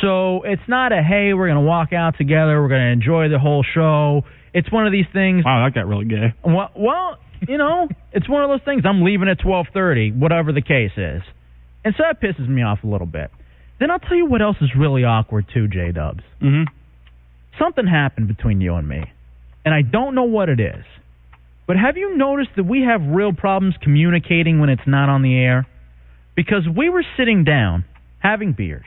So it's not a hey, we're gonna walk out together, we're gonna enjoy the whole show. It's one of these things. Wow, that got really gay. Well, well, you know, it's one of those things. I'm leaving at 12:30, whatever the case is, and so that pisses me off a little bit. Then I'll tell you what else is really awkward too, J Dubs. Mm-hmm. Something happened between you and me, and I don't know what it is. But have you noticed that we have real problems communicating when it's not on the air? Because we were sitting down having beers,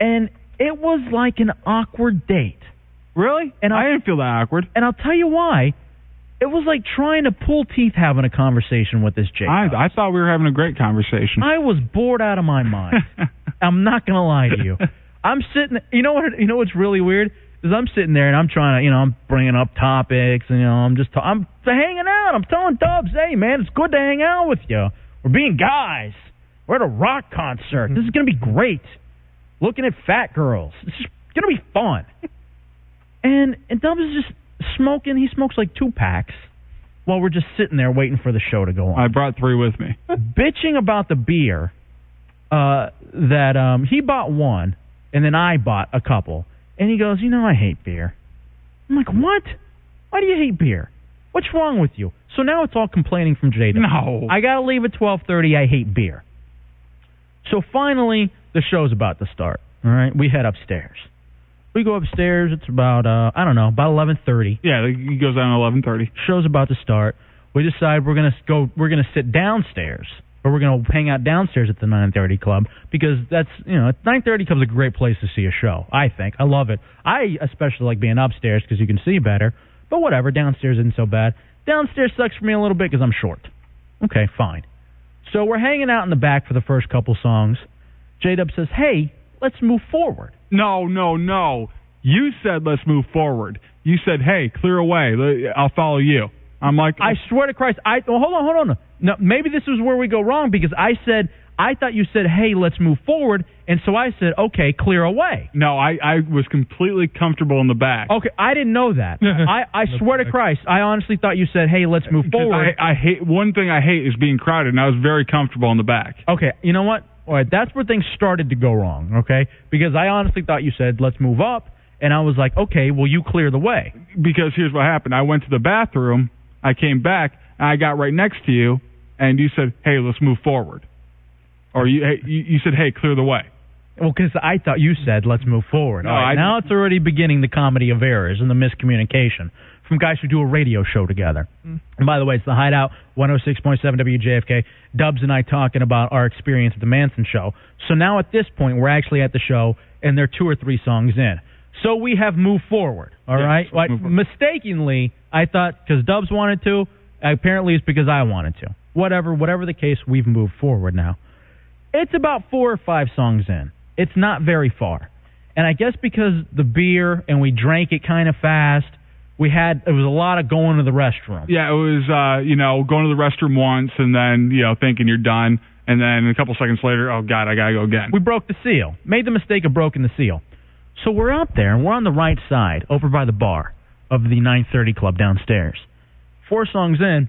and it was like an awkward date. Really? And I I'll, didn't feel that awkward. and I'll tell you why. It was like trying to pull teeth having a conversation with this Jake. I, I thought we were having a great conversation. I was bored out of my mind. I'm not gonna lie to you. I'm sitting. You know what? You know what's really weird is I'm sitting there and I'm trying to. You know, I'm bringing up topics and you know I'm just. Ta- I'm hanging out. I'm telling Dubs, hey man, it's good to hang out with you. We're being guys. We're at a rock concert. This is gonna be great. Looking at fat girls. It's just gonna be fun. And and Dubs is just smoking. He smokes like two packs while we're just sitting there waiting for the show to go on I brought three with me. bitching about the beer uh, that um, he bought one and then I bought a couple. And he goes, You know, I hate beer. I'm like, What? Why do you hate beer? What's wrong with you? So now it's all complaining from Jada. No. I gotta leave at twelve thirty. I hate beer. So finally, the show's about to start. All right, we head upstairs. We go upstairs. It's about uh, I don't know, about eleven thirty. Yeah, he goes down at 11.30. Show's about to start. We decide we're gonna go. We're gonna sit downstairs, or we're gonna hang out downstairs at the 9:30 club because that's you know 9:30 club's a great place to see a show. I think I love it. I especially like being upstairs because you can see better. But whatever, downstairs isn't so bad. Downstairs sucks for me a little bit because I'm short. Okay, fine. So we're hanging out in the back for the first couple songs. J Dub says, "Hey, let's move forward." No, no, no. You said let's move forward. You said, hey, clear away. Le- I'll follow you. I'm like, I swear to Christ, I well, hold on, hold on. No, maybe this is where we go wrong because I said I thought you said, "Hey, let's move forward," and so I said, "Okay, clear away." no, I, I was completely comfortable in the back. Okay, I didn't know that. I, I swear to Christ, I honestly thought you said, "Hey, let's move 'Cause forward." I, I hate one thing I hate is being crowded, and I was very comfortable in the back. okay, you know what? All right, that's where things started to go wrong. Okay, because I honestly thought you said, "Let's move up," and I was like, "Okay, well, you clear the way." Because here's what happened: I went to the bathroom, I came back, and I got right next to you, and you said, "Hey, let's move forward," or you hey, you, you said, "Hey, clear the way." Well, because I thought you said let's move forward. No, All right, I- now it's already beginning the comedy of errors and the miscommunication from guys who do a radio show together. Mm-hmm. And by the way, it's the Hideout 106.7 WJFK. Dubs and I talking about our experience at the Manson show. So now at this point, we're actually at the show, and they're two or three songs in. So we have moved forward. All Yes, right. let's Like, mistakenly, I thought because Dubs wanted to. Apparently, it's because I wanted to. Whatever, whatever the case, we've moved forward now. It's about four or five songs in. It's not very far. And I guess because the beer and we drank it kind of fast, we had it was a lot of going to the restroom. Yeah, it was uh, you know going to the restroom once and then you know thinking you're done and then a couple seconds later, oh god, I gotta go again. We broke the seal. Made the mistake of breaking the seal. So we're out there and we're on the right side over by the bar of the 930 club downstairs. Four songs in,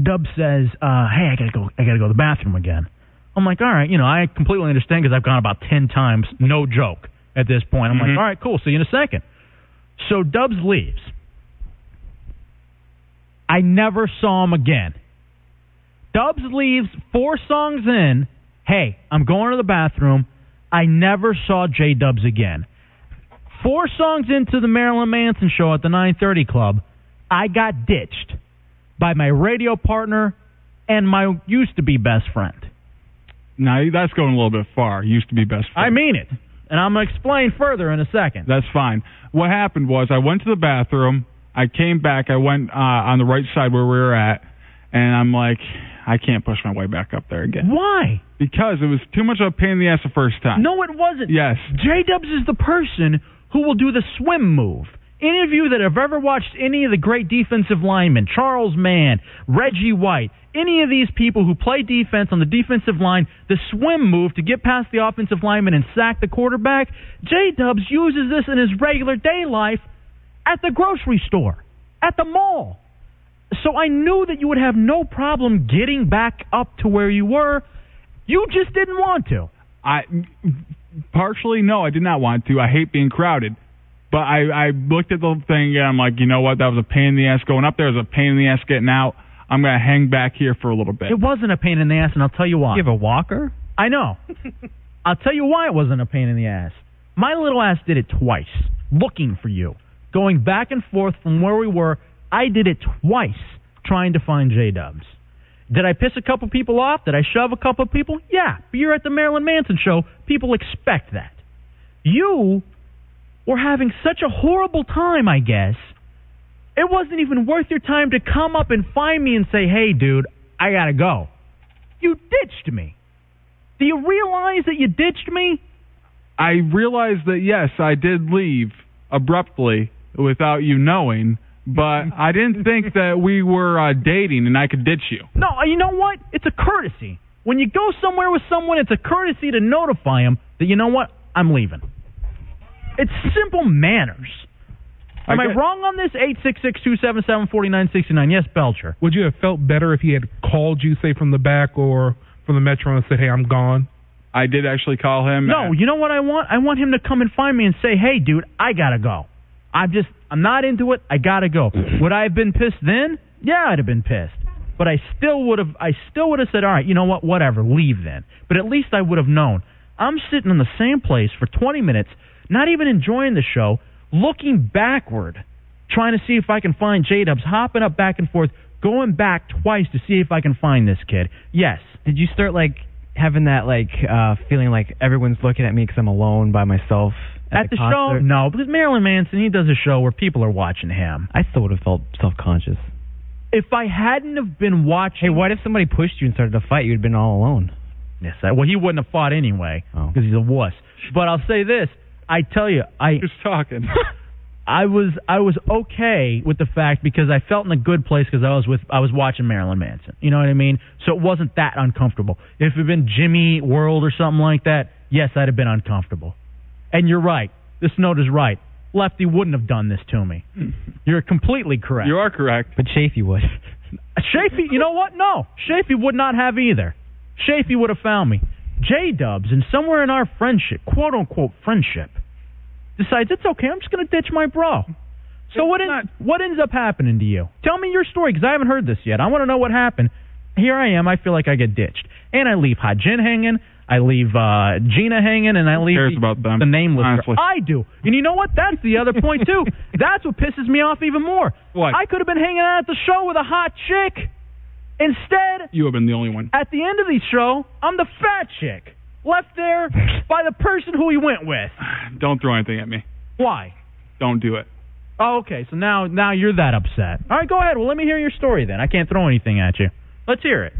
Dub says, uh, "Hey, I gotta go. I gotta go to the bathroom again." I'm like, "All right, you know, I completely understand because I've gone about ten times, no joke, at this point." I'm like, "All right, cool. See you in a second. So Dubs leaves. I never saw him again. Dubs leaves four songs in. Hey, I'm going to the bathroom. I never saw J Dubs again. Four songs into the Marilyn Manson show at the 930 Club, I got ditched by my radio partner and my used to be best friend. Now that's going a little bit far. Used to be best friend. I mean it. And I'm going to explain further in a second. That's fine. What happened was I went to the bathroom. I came back. I went uh, on the right side where we were at, and I'm like, I can't push my way back up there again. Why? Because it was too much of a pain in the ass the first time. No, it wasn't. Yes. J Dubs is the person who will do the swim move. Any of you that have ever watched any of the great defensive linemen, Charles Mann, Reggie White, any of these people who play defense on the defensive line, the swim move to get past the offensive lineman and sack the quarterback, J Dubs uses this in his regular day life at the grocery store, at the mall. So I knew that you would have no problem getting back up to where you were. You just didn't want to. I partially no, I did not want to. I hate being crowded. But I, I looked at the thing and I'm like, you know what? That was a pain in the ass going up there. It was a pain in the ass getting out. I'm gonna hang back here for a little bit. It wasn't a pain in the ass, and I'll tell you why. You have a walker? I know. I'll tell you why it wasn't a pain in the ass. My little ass did it twice, looking for you, going back and forth from where we were. I did it twice, trying to find J Dubs. Did I piss a couple people off? Did I shove a couple people? Yeah, but you're at the Marilyn Manson show. People expect that. You were having such a horrible time, I guess. It wasn't even worth your time to come up and find me and say, hey, dude, I gotta go. You ditched me. Do you realize that you ditched me? I realized that yes, I did leave abruptly without you knowing, but I didn't think that we were uh, dating and I could ditch you. No, uh, you know what? It's a courtesy. When you go somewhere with someone, it's a courtesy to notify them that, you know what, I'm leaving. It's simple manners. Am I I, get- wrong on this? 866 277 4969. Yes, Belcher. Would you have felt better if he had called you, say, from the back or from the metro and said, hey, I'm gone? I did actually call him. No, you know what I want? I want him to come and find me and say, "Hey, dude, I gotta go. I'm just, I'm not into it. I gotta go." Would I have been pissed then? Yeah, I'd have been pissed. But I still would have, I still would have said, "All right, you know what? Whatever, leave then." But at least I would have known. I'm sitting in the same place for 20 minutes, not even enjoying the show, looking backward, trying to see if I can find J Dubs, hopping up back and forth, going back twice to see if I can find this kid. Yes. Did you start like having that like uh feeling like everyone's looking at me because I'm alone by myself At, the, show? concert? No, because Marilyn Manson, he does a show where people are watching him. I still would have felt self-conscious. If I hadn't have been watching, Hey, what if somebody pushed you and started to fight? You'd been all alone. Oh. Yes, I, well, he wouldn't have fought anyway because he's a wuss. But I'll say this: I tell you, I who's talking? I was I was okay with the fact because I felt in a good place because I was with I was watching Marilyn Manson. You know what I mean? So it wasn't that uncomfortable. If it had been Jimmy World or something like that, yes, I'd have been uncomfortable. And you're right. This note is right. Lefty wouldn't have done this to me. Hmm. You're completely correct. You are correct. But Chafee would. Chafee, you know what? No, Chafee would not have either. Chafee would have found me. J Dubs, and somewhere in our friendship, quote unquote friendship, decides it's okay. I'm just going to ditch my bro. So what en- what ends up happening to you? Tell me your story because I haven't heard this yet. I want to know what happened. here I am. I feel like I get ditched, and I leave Hajin hanging. I leave uh, Gina hanging, and I leave cares about them, the nameless. honestly. girl. I do, and you know what? That's the other point too. That's what pisses me off even more. What? I could have been hanging out at the show with a hot chick. Instead, You have been the only one. at the end of the show, I'm the fat chick left there by the person who he went with. Don't throw anything at me. Why? Don't do it. Oh, okay. So now now you're that upset. All right, go ahead. Well, let me hear your story then. I can't throw anything at you. Let's hear it.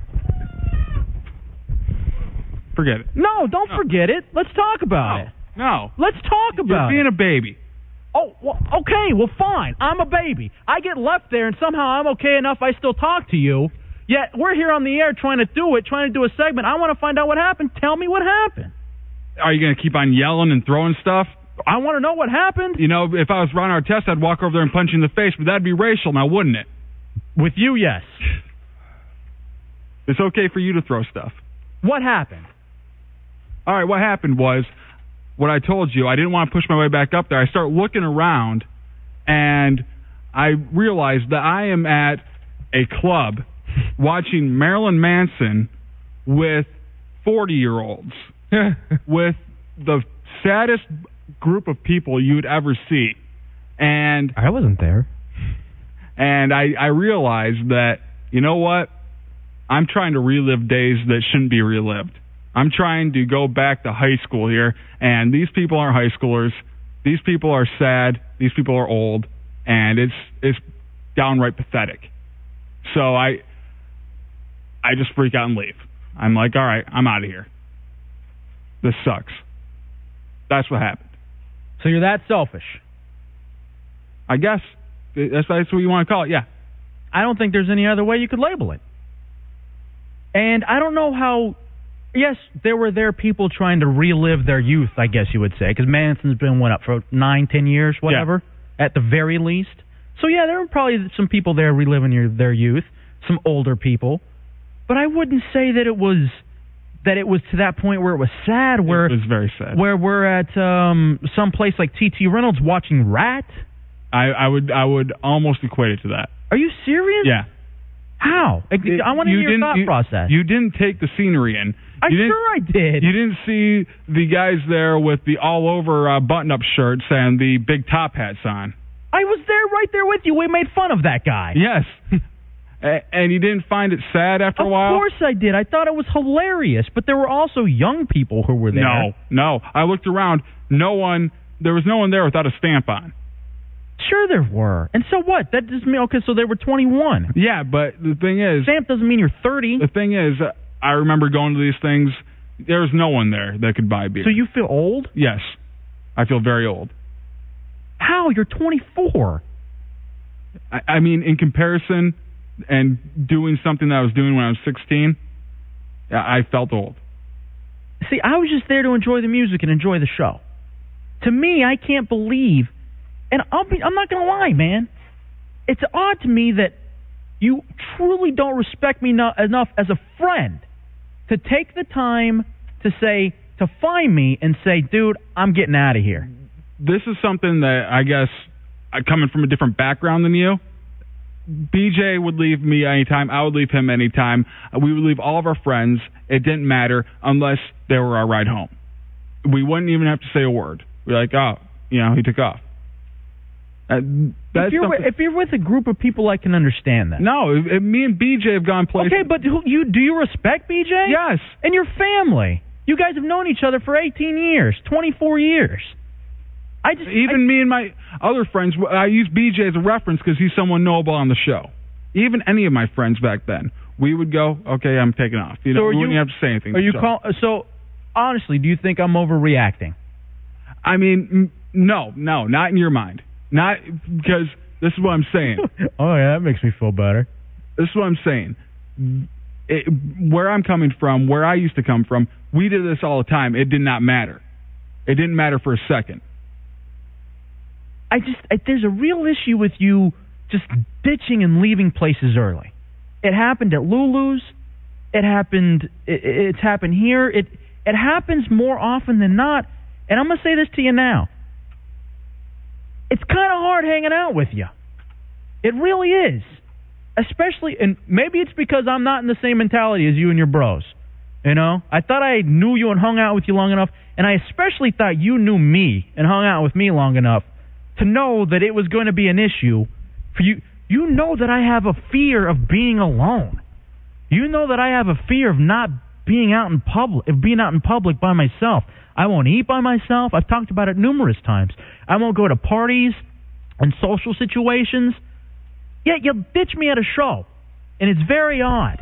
Forget it. No, don't forget it. Let's talk about it. No. Let's talk You're about it. being a baby. Oh, well, okay. Well, fine. I'm a baby. I get left there, and somehow I'm okay enough. I still talk to you. Yet we're here on the air trying to do it, trying to do a segment. I want to find out what happened. Tell me what happened. Are you going to keep on yelling and throwing stuff? I want to know what happened. You know, if I was Ron Artest, I'd walk over there and punch you in the face, but that'd be racial now, wouldn't it? With you, yes. It's okay for you to throw stuff. What happened? All right, what happened was what I told you. I didn't want to push my way back up there. I start looking around, and I realize that I am at a club watching Marilyn Manson with 40 year olds, with the saddest group of people you'd ever see. And I wasn't there. and I, I realized that you know what i'm trying to relive days that shouldn't be relived i'm trying to go back to high school here and these people aren't high schoolers these people are sad these people are old and it's it's downright pathetic so i i just freak out and leave i'm like all right i'm out of here this sucks that's what happened So you're that selfish. i guess that's that's what you want to call it yeah I don't think there's any other way you could label it. And I don't know how. Yes, there were there people trying to relive their youth, I guess you would say, because Manson's been went up for nine, ten years, whatever, at the very least. So yeah, there were probably some people there reliving your, their youth, some older people. But I wouldn't say that it was that it was to that point where it was sad, where it was very sad where we're at um some place like TT Reynolds watching Rat. I, I would I would almost equate it to that. Are you serious? Yeah. How? I, I want to You hear your didn't- thought you- process. You didn't take the scenery in. I you didn't, sure I did. You didn't see the guys there with the all over uh, button up shirts and the big top hats on. I was there, right there with you. We made fun of that guy. Yes. A- and you didn't find it sad after Of a while. course I did. I thought it was hilarious, but there were also young people who were there. No, no. I looked around. No one. There was no one there without a stamp on. Sure there were. And so what? That just mean okay, so they were 21. Yeah, but the thing is, Stamp doesn't mean you're 30. the thing is, uh, I remember going to these things. There was no one there that could buy beer. So you feel old? yes, I feel very old. How? You're 24. I, I mean, in comparison, and doing something that I was doing when I was 16, I I felt old. See, I was just there to enjoy the music and enjoy the show. To me, I can't believe, and I'll be, I'm not going to lie, man. It's odd to me that you truly don't respect me no, enough as a friend to take the time to say, to find me and say, dude, I'm getting out of here. This is something that I guess I coming from a different background than you. BJ would leave me anytime. I would leave him anytime. Uh, We would leave all of our friends. It didn't matter unless they were our ride home. We wouldn't even have to say a word. We're like, oh, you know, he took off. Uh, that's If you're, with, something- if you're with a group of people, I can understand that. no, if- if me and BJ have gone places. Okay, but who, you do you respect BJ? yes. And your family. You guys have known each other for 18 years, 24 years. I just even me and my other friends, I use BJ as a reference because he's someone knowable on the show. Even any of my friends back then, we would go, okay, I'm taking off. You So know, are we wouldn't you- have to say anything. Are to you each other. call so honestly, do you think I'm overreacting? I mean, n- no, no, not in your mind. Not because this is what I'm saying. oh yeah, that makes me feel better. this is what I'm saying. It, where I'm coming from, where I used to come from, we did this all the time. It did not matter. It didn't matter for a second. I just I, there's a real issue with you just ditching and leaving places early. It happened at Lulu's. It happened. It, it's happened here. It it happens more often than not. And I'm gonna say this to you now. It's kind of hard hanging out with you. It really is. especially and maybe it's because I'm not in the same mentality as you and your bros. You know, I thought I knew you and hung out with you long enough, and I especially thought you knew me and hung out with me long enough to know that it was going to be an issue for you. You know that I have a fear of being alone. You know that I have a fear of not being out in public, of being out in public by myself. I won't eat by myself. I've talked about it numerous times. I won't go to parties and social situations. Yet you'll ditch me at a show, and it's very odd.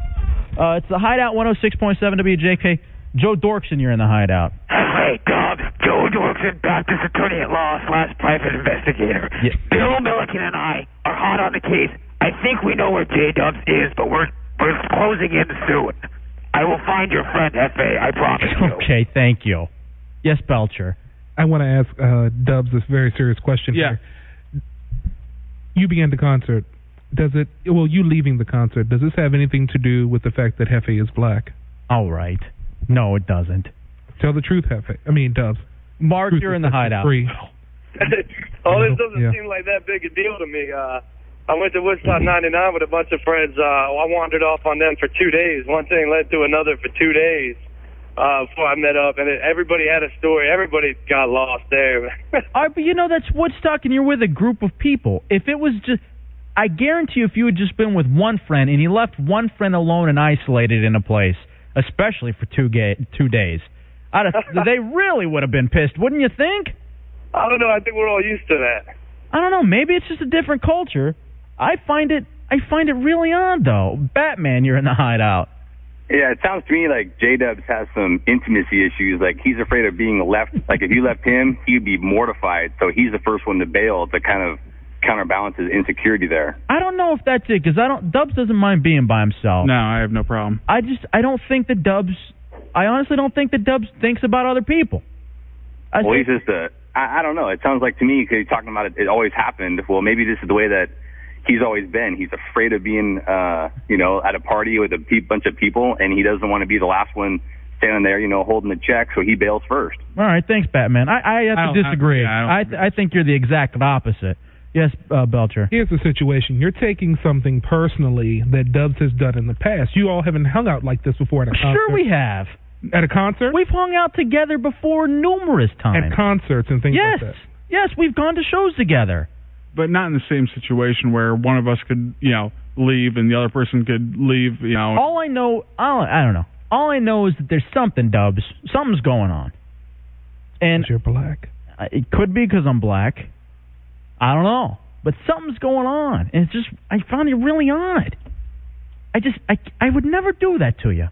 Uh, it's the Hideout 106.7 WJK. Joe Dorkson, you're in the Hideout. Hey, Doug. Joe Dorkson, Baptist attorney at law slash private investigator. Bill Milliken and I are hot on the case. I think we know where J Dubs is, but we're we're closing in soon. I will find your friend, Fa. I promise you. Okay, thank you. Yes, Belcher. I want to ask uh, Dubs this very serious question yeah. here. You began the concert. Does it? Well, you leaving the concert. Does this have anything to do with the fact that Hefe is black? All right. No, it doesn't. Tell the truth, Hefe. I mean, Dubs. Mark, you're in the hideout. Free. oh, this doesn't Yeah. seem like that big a deal to me. Uh, I went to Woodstock 99 with a bunch of friends. Uh, I wandered off on them for two days. One thing led to another for two days uh, before I met up, and it, everybody had a story. Everybody got lost there. All right, but you know that's Woodstock, and you're with a group of people. If it was just, I guarantee you, if you had just been with one friend and he left one friend alone and isolated in a place, especially for two ga- two days, I'd have, they really would have been pissed, wouldn't you think? I don't know. I think we're all used to that. I don't know. Maybe it's just a different culture. I find it. I find it really odd, though. Batman, you're in the hideout. Yeah, it sounds to me like J Dubs has some intimacy issues. Like he's afraid of being left. Like if you left him, he'd be mortified. So he's the first one to bail to kind of counterbalance his insecurity there. I don't know if that's it because I don't. Dubs doesn't mind being by himself. No, I have no problem. I just I don't think that Dubs. I honestly don't think that Dubs thinks about other people. I well, think- he's just a. I, I don't know. It sounds like to me because you're talking about it, it always happened. Well, maybe this is the way that he's always been. He's afraid of being, uh, you know, at a party with a pe- bunch of people, and he doesn't want to be the last one standing there, you know, holding the check. So he bails first. All right, thanks, Batman. I, I have I to don't- I- disagree. yeah, I don't- I, th- I think you're the exact opposite. Yes, uh, Belcher. Here's the situation. You're taking something personally that Dubs has done in the past. You all haven't hung out like this before at a concert. Sure, we have. At a concert? We've hung out together before numerous times. At concerts and things yes, like that. yes, we've gone to shows together. But not in the same situation where one of us could, you know, leave and the other person could leave, you know. All I know, all, I don't know. All I know is that there's something, Dubs. Something's going on. And you're black. It could be because I'm black. I don't know, but something's going on, and it's just I found it really odd. I just I I would never do that to you,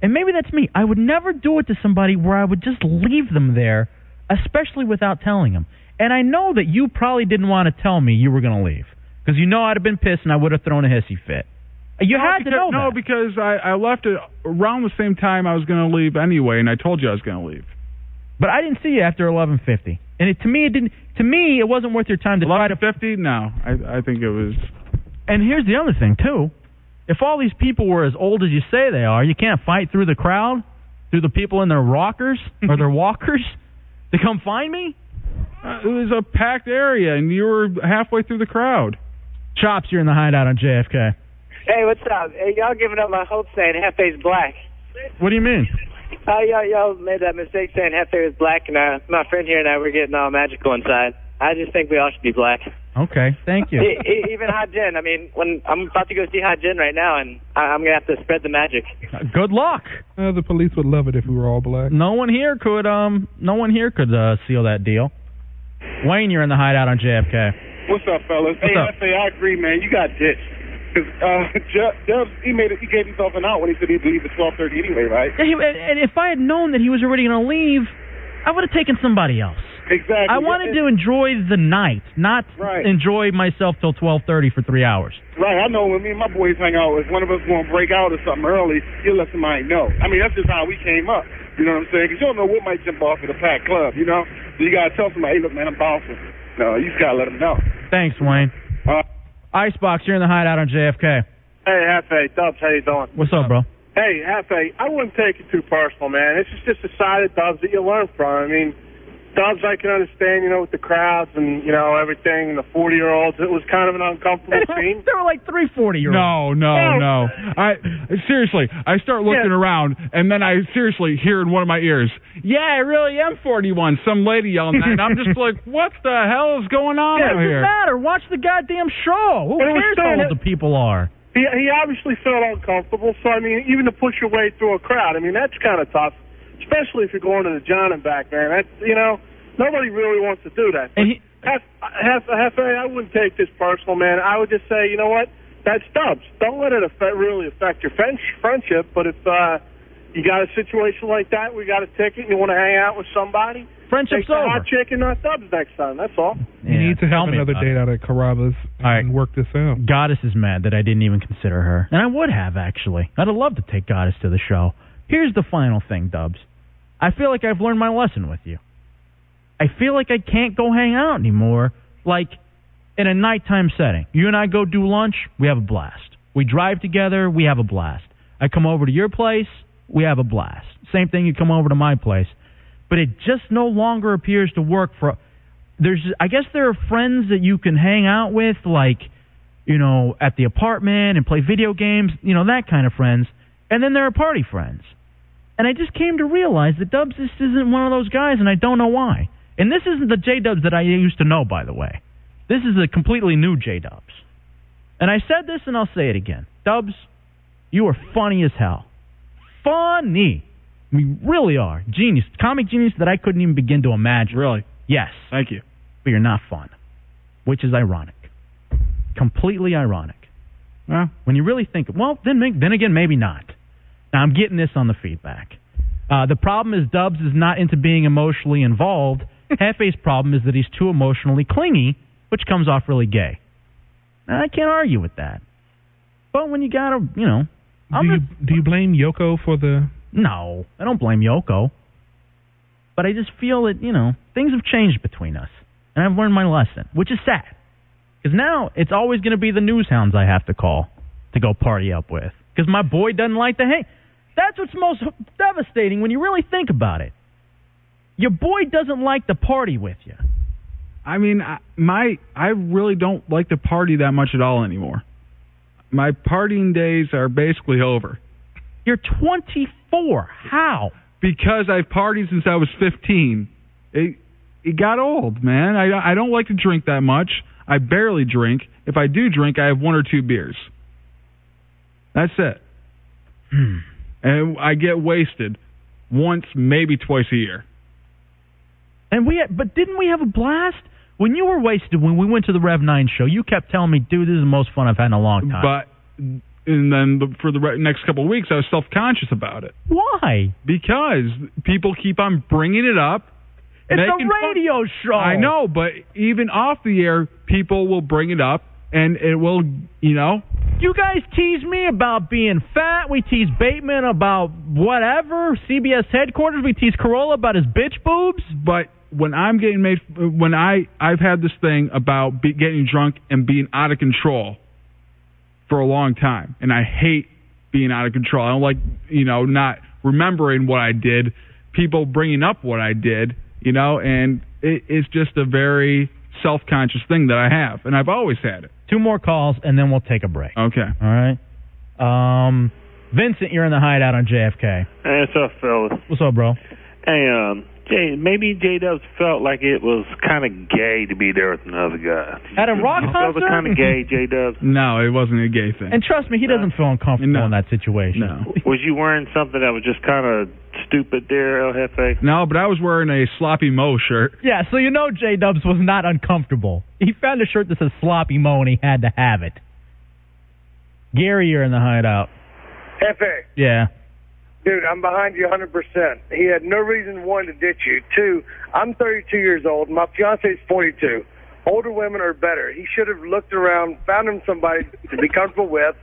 and maybe that's me. I would never do it to somebody where I would just leave them there, especially without telling them. And I know that you probably didn't want to tell me you were going to leave because you know I'd have been pissed and I would have thrown a hissy fit. You no, had because, to know No, that. because I, I left it around the same time I was going to leave anyway, and I told you I was going to leave. But I didn't see you after 11:50, and it, to me it didn't. To me, it wasn't worth your time to try to. 50? No, I, I think it was. And here's the other thing too: if all these people were as old as you say they are, you can't fight through the crowd, through the people in their rockers or their walkers to come find me. Uh, it was a packed area, and you were halfway through the crowd. Chops, you're in the hideout on JFK. Hey, what's up? Hey, y'all giving up my hope saying Hefe's black. What do you mean? Uh, y'all, y'all made that mistake saying Hefe was black, and uh, my friend here and I were getting all magical inside. I just think we all should be black. Okay, thank you. E- e- even Hot Jin. I mean, when I'm about to go see Hot Jin right now, and I- I'm gonna have to spread the magic. Good luck. Uh, the police would love it if we were all black. No one here could um no one here could uh, seal that deal. Wayne, you're in the hideout on JFK. What's up, fellas? What's hey, up? I say I agree, man. You got ditched. 'Cause, uh, Ju- Dubs, he made it, he gave himself an out when he said he'd leave at twelve thirty anyway, right? Yeah, he, and, and if I had known that he was already going to leave, I would have taken somebody else. Exactly. I wanted to enjoy the night, not Right. enjoy myself till 12:30 for 3 hours. Right, I know when me and my boys hang out, if one of us going to break out or something early, you'll let somebody know. I mean, that's just how we came up. You know what I'm saying? 'Cause you don't know what might jump off at a packed club, you know? So you got to tell somebody, hey, look, man, I'm bouncing. No, you just got to let them know. Thanks, Wayne. Uh, Icebox, you're in the hideout on JFK. Hey, Hefe, Dubs, how you doing? What's up, bro? Hey, Hefe, I wouldn't take it too personal, man. It's just, just a side of Dubs that you learn from. I mean, Dubs, I can understand, you know, with the crowds and, you know, everything, and the 40 year olds. It was kind of an uncomfortable scene. There were like three 40 year No, no, no. I seriously, I start looking around, and then I seriously hear in one of my ears, "Yeah, I really am 41." Some lady yelling that, and I'm just like, "What the hell is going on Yeah, it out doesn't here?" matter. Watch the goddamn show. Who But it was cares still- how old the people are? He, he obviously felt uncomfortable, so, I mean, even to push your way through a crowd, I mean, that's kind of tough, especially if you're going to the John and back, man. That's, you know, nobody really wants to do that. And he, Hef, Hef, Hefe, I wouldn't take this personal, man. I would just say, you know what? That's Stubbs. Don't let it affect, really affect your friend, friendship. But if uh, you got a situation like that, we got a ticket, and you want to hang out with somebody, Friendship's take the over. hot chick and not Stubbs next time. That's all. You need to tell have me another about date out at Carrabba's and work this out. Goddess is mad that I didn't even consider her. And I would have, actually. I'd have loved to take Goddess to the show. Here's the final thing, Dubs. I feel like I've learned my lesson with you. I feel like I can't go hang out anymore, like in a nighttime setting. You and I go do lunch, we have a blast. We drive together, we have a blast. I come over to your place, we have a blast. Same thing, you come over to my place. But it just no longer appears to work for. There's, I guess there are friends that you can hang out with, like you know, at the apartment and play video games, you know, that kind of friends. And then there are party friends. And I just came to realize that Dubs just isn't one of those guys, and I don't know why. And this isn't the J Dubs that I used to know, by the way. This is a completely new J Dubs. And I said this, and I'll say it again. Dubs, you are funny as hell. Funny. We really are. Genius. Comic genius that I couldn't even begin to imagine. Really? Yes. Thank you. But you're not fun, which is ironic completely ironic. Well, when you really think, well, then make, then again, maybe not. Now I'm getting this on the feedback. Uh, the problem is Dubs is not into being emotionally involved. Hefe's problem is that he's too emotionally clingy, which comes off really gay. Now, I can't argue with that. But when you gotta, you know, I'm do you do you blame Yoko for the? no, I don't blame Yoko. But I just feel that, you know, things have changed between us. And I've learned my lesson, which is sad. Because now it's always going to be the news hounds I have to call to go party up with. Because my boy doesn't like to hang. That's what's most devastating when you really think about it. Your boy doesn't like to party with you. I mean, I, my I really don't like to party that much at all anymore. My partying days are basically over. You're 24. How? Because I've partied since I was 15. It it got old, man. I I don't like to drink that much. I barely drink. If I do drink, I have one or two beers. That's it. And I get wasted once, maybe twice a year. And we, had, but didn't we have a blast when you were wasted when we went to the Rev Nine show? You kept telling me, "Dude, this is the most fun I've had in a long time." But and then the, for the re- next couple of weeks, I was self conscious about it. Why? Because people keep on bringing it up. It's a making fun- radio show. I know, but even off the air, people will bring it up, and it will, you know, You guys tease me about being fat. We tease Bateman about whatever. CBS headquarters. We tease Corolla about his bitch boobs. But when I'm getting made, when I I've had this thing about be, getting drunk and being out of control for a long time, and I hate being out of control. I don't like you know not remembering what I did, people bringing up what I did, you know, and it, it's just a very self-conscious thing that I have, and I've always had it. Two more calls and then we'll take a break. Okay. All right. Um, Vincent, you're in the hideout on JFK. Hey, what's up, fellas? What's up, bro? Hey, um, Jay, maybe J Dubs felt like it was kind of gay to be there with another guy. At a rock You felt it concert? kind of gay, J Dubs. No, it wasn't a gay thing. And trust me, he doesn't feel uncomfortable in that situation. No. Was you wearing something that was just kind of stupid there, El Jefe? No, but I was wearing a sloppy Mo shirt. Yeah, so you know J Dubs was not uncomfortable. He found a shirt that says Sloppy Mo and he had to have it. Gary, you're in the hideout. Hefe, Yeah. dude, I'm behind you 100%. He had no reason, one, to ditch you. Two, I'm 32 years old. My fiance is 42. Older women are better. He should have looked around, found him somebody to be comfortable with,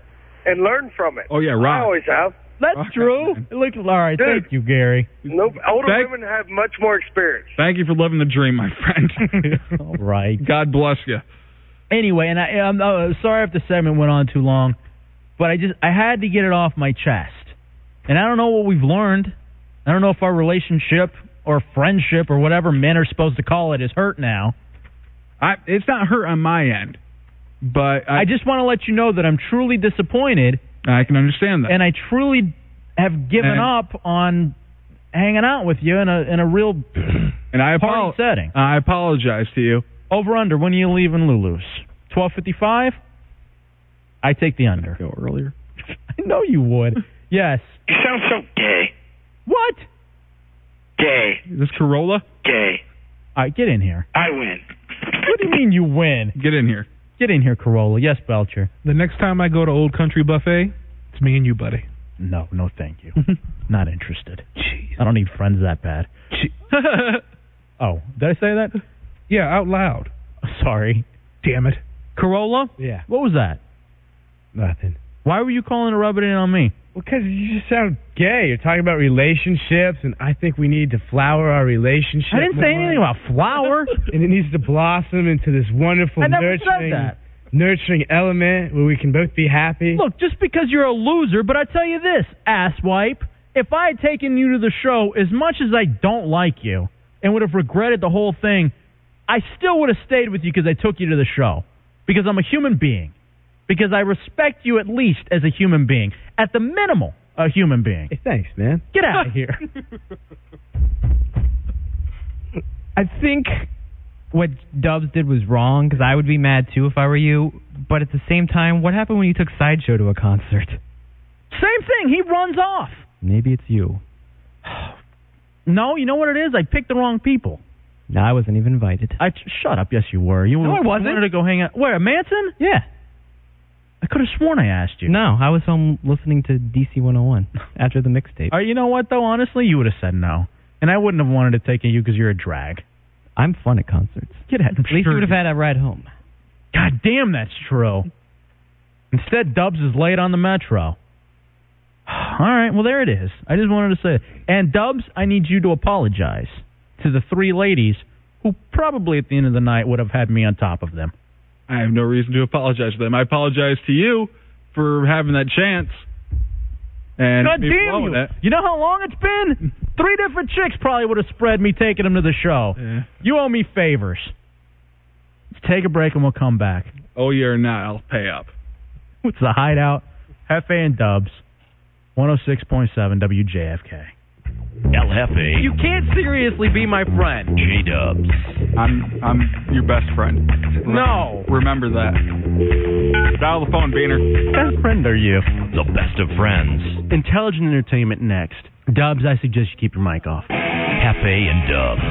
and learned from it. Oh, yeah, I rock. always have. That's true. Look, all right. Dude. Thank you, Gary. No, older Thank- women have much more experience. Thank you for living the dream, my friend. All right. God bless you. Anyway, and I, I'm uh, sorry if the segment went on too long, but I just I had to get it off my chest, and I don't know what we've learned. I don't know if our relationship or friendship or whatever men are supposed to call it is hurt now. I, it's not hurt on my end, but I, just want to let you know that I'm truly disappointed. I can understand that, and I truly have given And- up on hanging out with you in a in a real and I party apologize. setting. I apologize to you. Over under. When are you leaving Lulu's? Twelve fifty five. I take the under. Go earlier. I know you would. Yes. You sound so gay. What? Gay. This Corolla. Gay. All right, get in here. I win. What do you mean you win? Get in here. Get in here, Corolla. Yes, Belcher. The next time I go to Old Country Buffet, it's me and you, buddy. No, no, thank you. Not interested. I don't need friends that bad. oh, did I say that? Yeah, out loud. Sorry. Damn it. Corolla? Yeah. What was that? Nothing. Why were you calling to rub it in on me? Because you just sound gay. You're talking about relationships, and I think we need to flower our relationship. I didn't say more. anything about flower. And it needs to blossom into this wonderful, I never said nurturing, that. nurturing element where we can both be happy. Look, just because you're a loser, but I tell you this, asswipe, if I had taken you to the show as much as I don't like you and would have regretted the whole thing, I still would have stayed with you because I took you to the show. Because I'm a human being. Because I respect you at least as a human being. At the minimal, a human being. Hey, thanks, man. Get out of here. I think what Dubs did was wrong because I would be mad too if I were you. But at the same time, what happened when you took Sideshow to a concert? Same thing. He runs off. Maybe it's you. No, you know what it is? I picked the wrong people. No, I wasn't even invited. I shut up. Yes, you were. You No, I you wasn't. wanted to go hang out. Where, Manson? Yeah. I could have sworn I asked you. No, I was home listening to DC 101 after the mixtape. Uh, you know what though? Honestly, you would have said no, and I wouldn't have wanted to take you because you're a drag. I'm fun at concerts. Get out. At least you would have had a ride home. God damn, that's true. Instead, Dubs is late on the metro. All right, well there it is. I just wanted to say, and Dubs, I need you to apologize to the three ladies who probably at the end of the night would have had me on top of them. I have no reason to apologize to them. I apologize to you for having that chance. And God me damn blowing you! It. You know how long it's been? Three different chicks probably would have spread me taking them to the show. Yeah. You owe me favors. Let's take a break and we'll come back. Oh, you're not. I'll pay up. It's the Hideout, Hefe and Dubs, 106.7 WJFK. El Jefe. You can't seriously be my friend. J Dubs. I'm I'm your best friend. No. Remember that. Dial the phone, Beaner. Best friend are you? The best of friends. Intelligent Entertainment next. Dubs, I suggest you keep your mic off. Hefe and Dubs.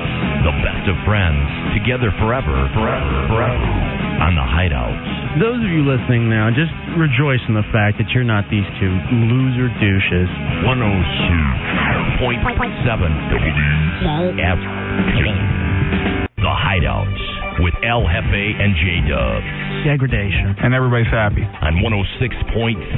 The best of friends. Together forever. Forever. Forever. On the Hideout. Those of you listening now, just rejoice in the fact that you're not these two loser douches. 102.7 WFK. The Hideout with El Jefe and J Dubs. Degradation. And everybody's happy. on 106.7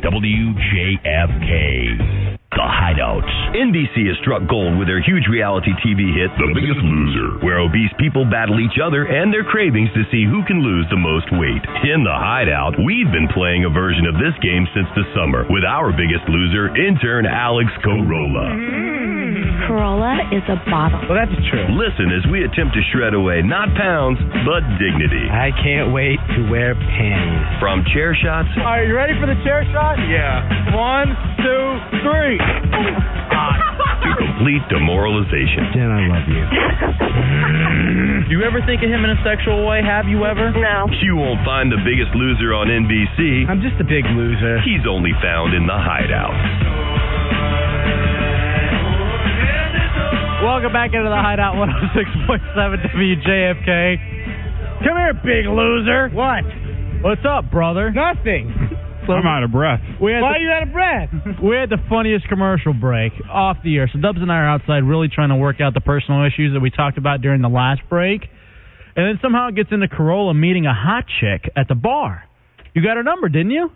WJFK. The Hideout. NBC has struck gold with their huge reality TV hit, The Biggest Loser, where obese people battle each other and their cravings to see who can lose the most weight. In The Hideout, we've been playing a version of this game since the summer with our biggest loser, intern Alex Corolla. Corolla is a bottle. Well, that's true. Listen as we attempt to shred away not pounds, but dignity. I can't wait to wear pants. From chair shots Are you ready for the chair shot? Yeah. One, two, three. to complete demoralization. Jen, I love you. Do you ever think of him in a sexual way? Have you ever? No. You won't find the biggest loser on NBC. I'm just a big loser. He's only found in the hideout. Welcome back into the Hideout 106.7 WJFK. Come here, big loser. What? What's up, brother? Nothing. I'm out of breath. We had, Why are the, you out of breath? we had the funniest commercial break off the air. So Dubs and I are outside really trying to work out the personal issues that we talked about during the last break. And then somehow it gets into Corolla meeting a hot chick at the bar. You got her number, didn't you?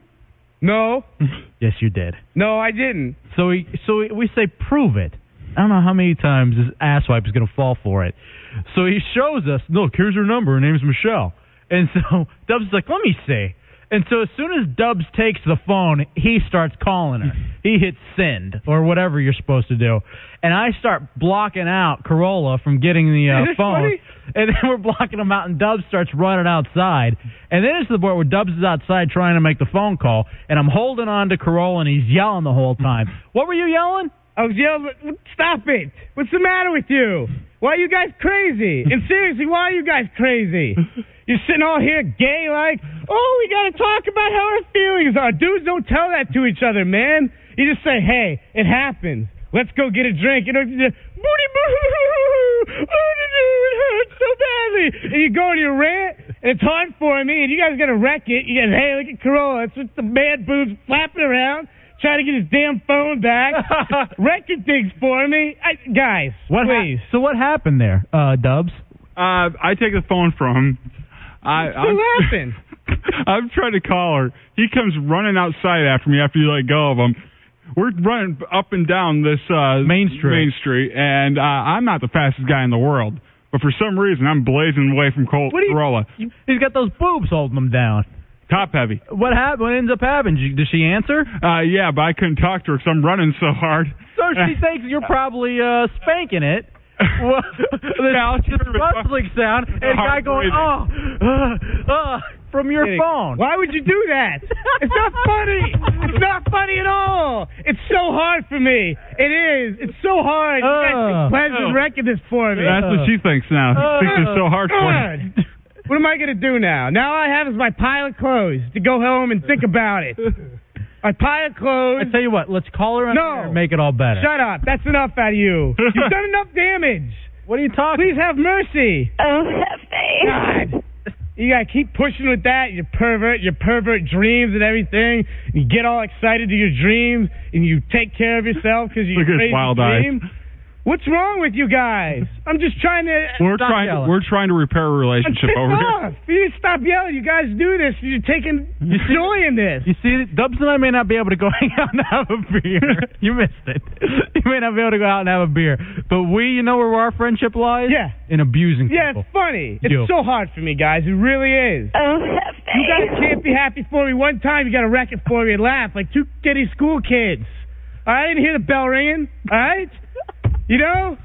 No, Yes, you did. no, I didn't. So we so we, we say prove it. I don't know how many times this asswipe is going to fall for it. So he shows us, look, here's her number. Her name's Michelle. And so Dubs is like, let me see. And so as soon as Dubs takes the phone, he starts calling her. he hits send or whatever you're supposed to do, and I start blocking out Corolla from getting the uh, Is this phone. funny? And then we're blocking him out, and Dubs starts running outside. And then it's to the point where Dubs is outside trying to make the phone call, and I'm holding on to Corolla, and he's yelling the whole time. What were you yelling? I was yelling, stop it. What's the matter with you? Why are you guys crazy? And seriously, why are you guys crazy? You're sitting all here gay like, oh, we gotta talk about how our feelings are. Dudes don't tell that to each other, man. You just say, hey, it happens. Let's go get a drink. You know, you just, booty boo, oh, it hurts so badly. And you go to your rant, and it's hard for me, and you guys gotta wreck it. You guys, hey, look at Corolla. It's just the mad boobs flapping around. Trying to get his damn phone back, wrecking things for me, I, guys. What hap- please. so what happened there, uh, Dubs? Uh, I take the phone from him. I, I'm, laughing. I'm trying to call her. He comes running outside after me after you let go of him. We're running up and down this uh, main street. Main street, and uh, I'm not the fastest guy in the world, but for some reason I'm blazing away from Col- Corolla. He's got those boobs holding him down. Top heavy. What happened? What ends up happening? Does she answer? Uh, yeah, but I couldn't talk to her because I'm running so hard. So she thinks you're probably uh, spanking it. Well, this, this rustling sound and a guy going, oh, uh, uh, from your phone. Why would you do that? It's not funny. It's not funny at all. It's so hard for me. It is. It's so hard. Oh. you guys Oh. are wrecking this for me. That's what she thinks now. She Oh, thinks it's so hard for her. God. What am I going to do now? Now all I have is my pile of clothes to go home and think about it. My pile of clothes. I tell you what, let's call her no. and make it all better. Shut up. That's enough out of you. You've done enough damage. What are you talking? Please have mercy. Oh, heavy. God. You gotta keep pushing with that. You pervert, your pervert dreams and everything. You get all excited to your dreams, and you take care of yourself because you Look at his crazy wild eyes. dream. What's wrong with you guys? I'm just trying to. We're trying. We're trying to repair a I'm relationship pissed over here. off. You need to stop yelling. You guys do this. You're taking joy in this. You see, Dubs and I may not be able to go hang out and have a beer. you missed it. You may not be able to go out and have a beer. But we, you know where our friendship lies? Yeah. In abusing Yeah, people. it's funny. It's Yo. so hard for me, guys. It really is. Oh, you guys can't be happy for me one time. You got to wreck it for me and laugh like two giddy school kids. All right, I didn't hear the bell ringing. All right, you know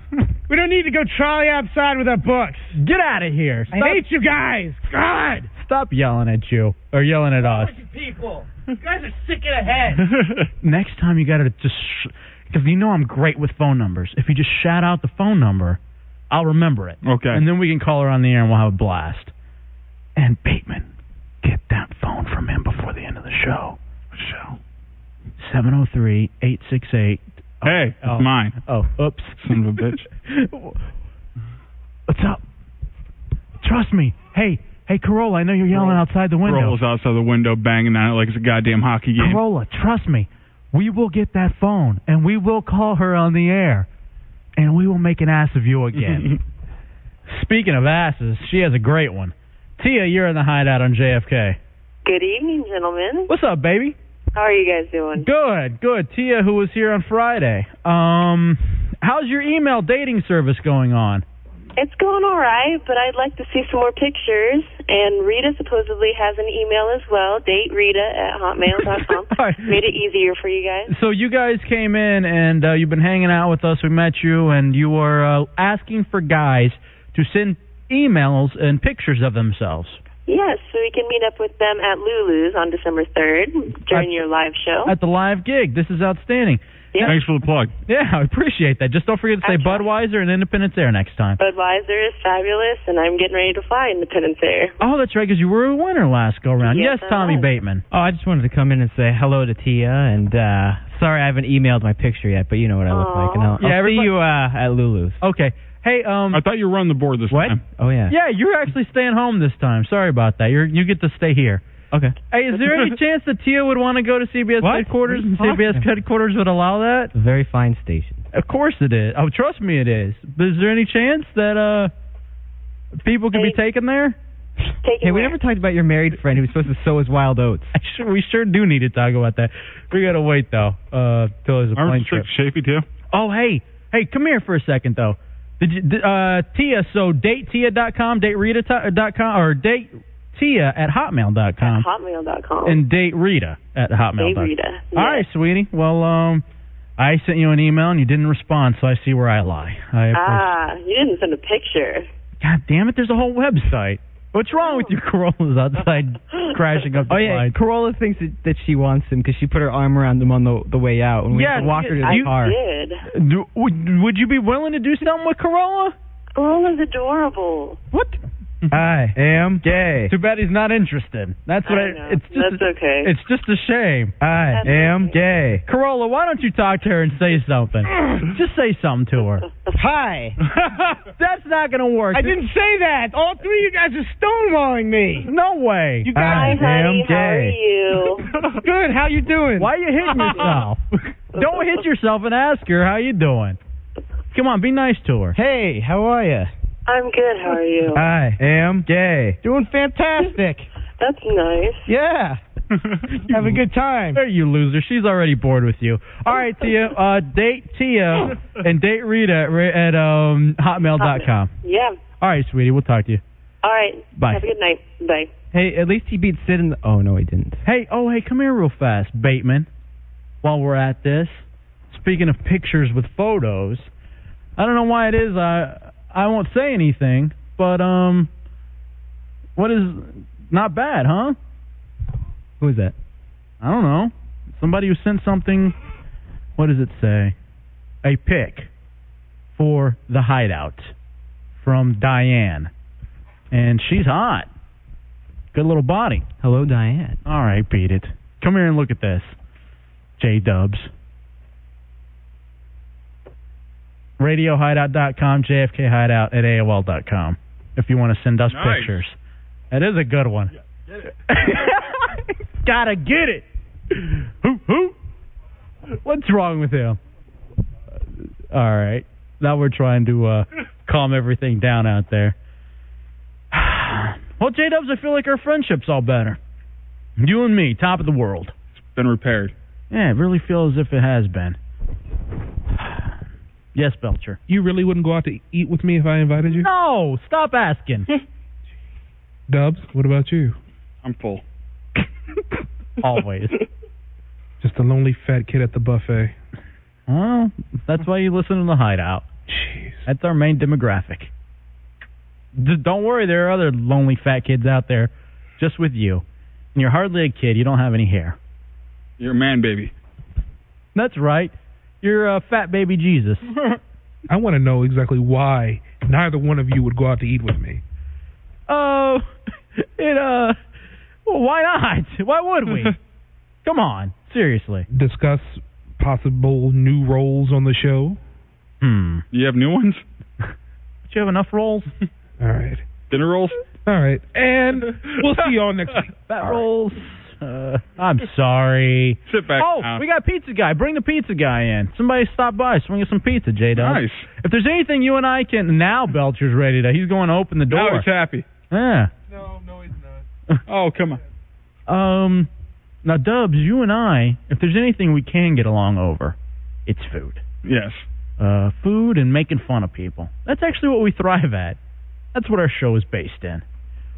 we don't need to go trolley outside with our books. Get out of here. I hate you guys. God. Stop yelling at you or yelling at us. People, you guys are sick in the head. Next time you gotta just because you know I'm great with phone numbers. If you just shout out the phone number, I'll remember it. Okay. And then we can call her on the air and we'll have a blast. And Bateman, get that phone from him before the end of the show. Show. Seven zero three eight six eight. Hey, it's Oh. mine. Oh, oops. Son of a bitch. What's up? Trust me. Hey, hey, Corolla, I know you're yelling outside the window. Rolls outside the window, banging on it like it's a goddamn hockey game. Corolla, trust me, we will get that phone and we will call her on the air and we will make an ass of you again. Speaking of asses, she has a great one. Tia, you're in the hideout on JFK. Good evening, gentlemen. What's up, baby? How are you guys doing? Good, good. Tia, who was here on Friday. Um, how's your email dating service going on? It's going all right, but I'd like to see some more pictures. And Rita supposedly has an email as well. Date Rita at hotmail dot com. Made it easier for you guys. So you guys came in and uh, you've been hanging out with us. We met you and you were uh, asking for guys to send emails and pictures of themselves. Yes, so we can meet up with them at Lulu's on December 3rd during your live show. at the live gig. This is outstanding. Oh. Yeah. Thanks for the plug. Yeah, I appreciate that. Just don't forget to say Budweiser and Independence Air next time. Budweiser is fabulous, and I'm getting ready to fly Independence Air. Oh, that's right, because you were a winner last go round. Yes, Yes, I Tommy was. Bateman. Oh, I just wanted to come in and say hello to Tia, and uh, sorry I haven't emailed my picture yet, but you know what I look like. And I'll, I'll Yeah, see everybody- you uh, at Lulu's. Okay. Hey, um. I thought you were on the board this what? time. Oh yeah. Yeah, you're actually staying home this time. Sorry about that. You're you get to stay here. Okay. Hey, is there any chance that Tia would want to go to CBS What? headquarters and What are you CBS talking about? headquarters would allow that? It's a very fine station. Of course it is. Oh, trust me, it is. But is there any chance that uh people could be taken there? Hey, we never talked about your married friend who was supposed to sow his wild oats. I sure, we sure do need to talk about that. We gotta wait though uh, till there's a Remember plane Trick trip. Shafee too? Oh hey, hey, come here for a second though. Did you did, uh, Tia? So datetia.com, daterita.com, or date Tia at hotmail.com Hotmail.com. Um, and date Rita at hotmail. Oh. Date dot Rita, All right, sweetie. Well, um, I sent you an email and you didn't respond, so I see where I lie. I appro- Ah, you didn't send a picture. God damn it! There's a whole website. What's wrong with you Corollas outside crashing up the Oh yeah, slide? Corolla thinks that, that she wants him because she put her arm around him on the the way out when we had Yeah, to walk her to the I car. did. Do, would, Uh, would you be willing to do something with Corolla? Corolla's adorable. What? I am gay. Too bad he's not interested. That's what I I, know. it's just That's okay. It's just a shame. I That's am gay. Corolla, why don't you talk to her and say something? just say something to her. Hi. That's not going to work. I didn't say that. All three of you guys are stonewalling me. No way. You guys you? Good. How you doing? Why are you hitting yourself? Don't hit yourself and ask her how you doing. Come on, be nice to her. Hey, how are you? I'm good. How are you? I am gay. Doing fantastic. That's nice. Yeah. Have a good time. There you loser. She's already bored with you. All right, Tia. Uh, date Tia and date Rita at, ra- at um, hotmail.com. Yeah. All right, sweetie. We'll talk to you. All right. Bye. Have a good night. Bye. Hey, at least he beat Sid in the. Oh, no, he didn't. Hey, oh, hey, come here real fast, Bateman. While we're at this, speaking of pictures with photos, I don't know why it is I I won't say anything, but um, what is not bad, huh? Who is that? I don't know. Somebody who sent something. What does it say? A pic for the hideout from Diane, and she's hot. Good little body. Hello, Diane. All right, beat it. Come here and look at this. J Dubs. RadioHideout.com, JFK Hideout at AOL.com. If you want to send us Nice. pictures, that is a good one. Gotta get it. Who? Who? What's wrong with him? All right. Now we're trying to uh, calm everything down out there. well, J Dubs, I feel like our friendship's all better. You and me, top of the world. It's been repaired. Yeah, it really feels as if it has been. yes, Belcher. You really wouldn't go out to eat with me if I invited you? No, stop asking. Dubs, what about you? I'm full. Always. Just a lonely fat kid at the buffet. Oh, that's why you listen to the Hideout. Jeez. That's our main demographic. D- don't worry, there are other lonely fat kids out there, just with you. And you're hardly a kid. You don't have any hair. You're a man, baby. That's right. You're a fat baby Jesus. I want to know exactly why neither one of you would go out to eat with me. Oh, it uh, well, why not? Why would we? Come on, seriously. Discuss possible new roles on the show. Hmm. You have new ones? Do you have enough rolls? All right. Dinner rolls? All right. And we'll see y'all next week. Fat rolls. Uh, I'm sorry. Sit back Oh, down. we got pizza guy. Bring the pizza guy in. Somebody stop by. Swing us some pizza, J Dub. Nice. If there's anything you and I can now, Belcher's ready to. He's going to open the door. Now he's happy. Yeah. No, no, he's not. Oh, come on. Um, now Dubs, you and I, if there's anything we can get along over, it's food. Yes. Uh, food and making fun of people. That's actually what we thrive at. That's what our show is based in.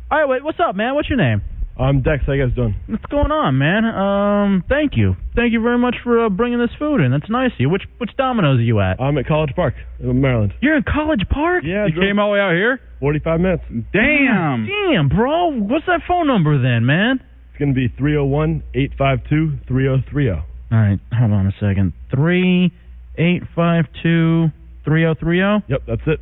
All right, wait, what's up, man? What's your name? I'm Dex. I guess done. What's going on, man? Um, thank you, thank you very much for uh, bringing this food in. That's nice of you. Which which Domino's are you at? I'm at College Park, in Maryland. You're in College Park? Yeah. You came all the way out here? 45 minutes. Damn. Damn, bro. What's that phone number then, man? It's gonna be 301 852 3030. All right, hold on a second. Three eight five two three zero three zero. Yep, that's it.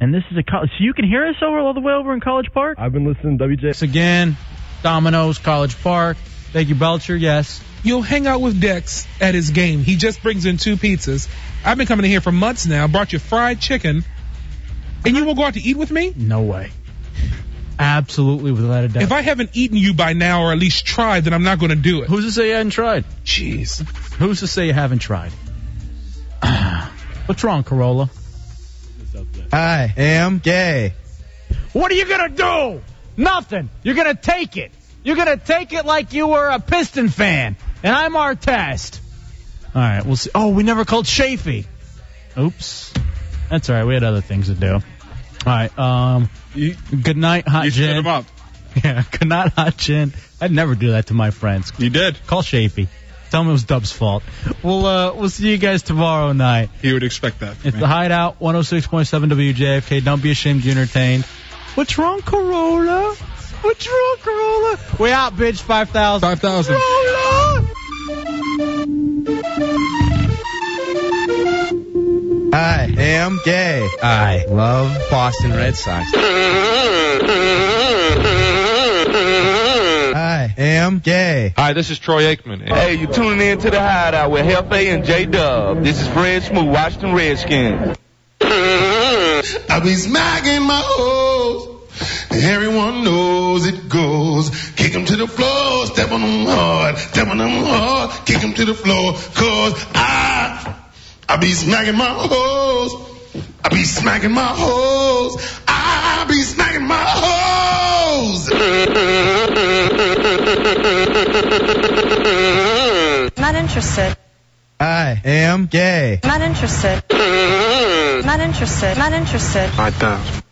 And this is a college, so you can hear us over all the way over in College Park. I've been listening to WJ. again, Domino's College Park. Thank you, Belcher. Yes. You'll hang out with Dex at his game. He just brings in two pizzas. I've been coming in here for months now. Brought you fried chicken, and you will go out to eat with me? No way. Absolutely, without a doubt. If I haven't eaten you by now, or at least tried, then I'm not going to do it. Who's to say you haven't tried? Jeez. Who's to say you haven't tried? What's wrong, Corolla? I am gay. What are you gonna do? Nothing. You're gonna take it. You're gonna take it like you were a Piston fan, and I'm Artest. All right, we'll see. Oh, we never called Chafee. Oops. That's all right. We had other things to do. All right. Um. good night, Hot you Jen. stood him up. Yeah, Kanat Hachin. I'd never do that to my friends. You did. Call Shapey. Tell him it was Dub's fault. We'll uh, we'll see you guys tomorrow night. You would expect that. It's the Hideout 106.7 WJFK. Don't be ashamed, you're entertained. What's wrong, Corolla? What's wrong, Corolla? We out, bitch. Five thousand. Five thousand. I am gay. I love Boston Red Sox. I am gay. Hi, this is Troy Aikman. Mm-hmm. Hey, you're tuning in to the Hideout with Hefe and J Dub. This is Fred Smoot, Washington Redskins. Mm-hmm. I be smacking my hoes. and Everyone knows it goes. Kick 'em to the floor, step on 'em hard, step on 'em hard, kick 'em to the floor. Cause I, I be smacking my hoes. I be smacking my hoes. I be smacking my hoes. Not interested. I am gay. Not interested. Not interested. Not interested. I don't.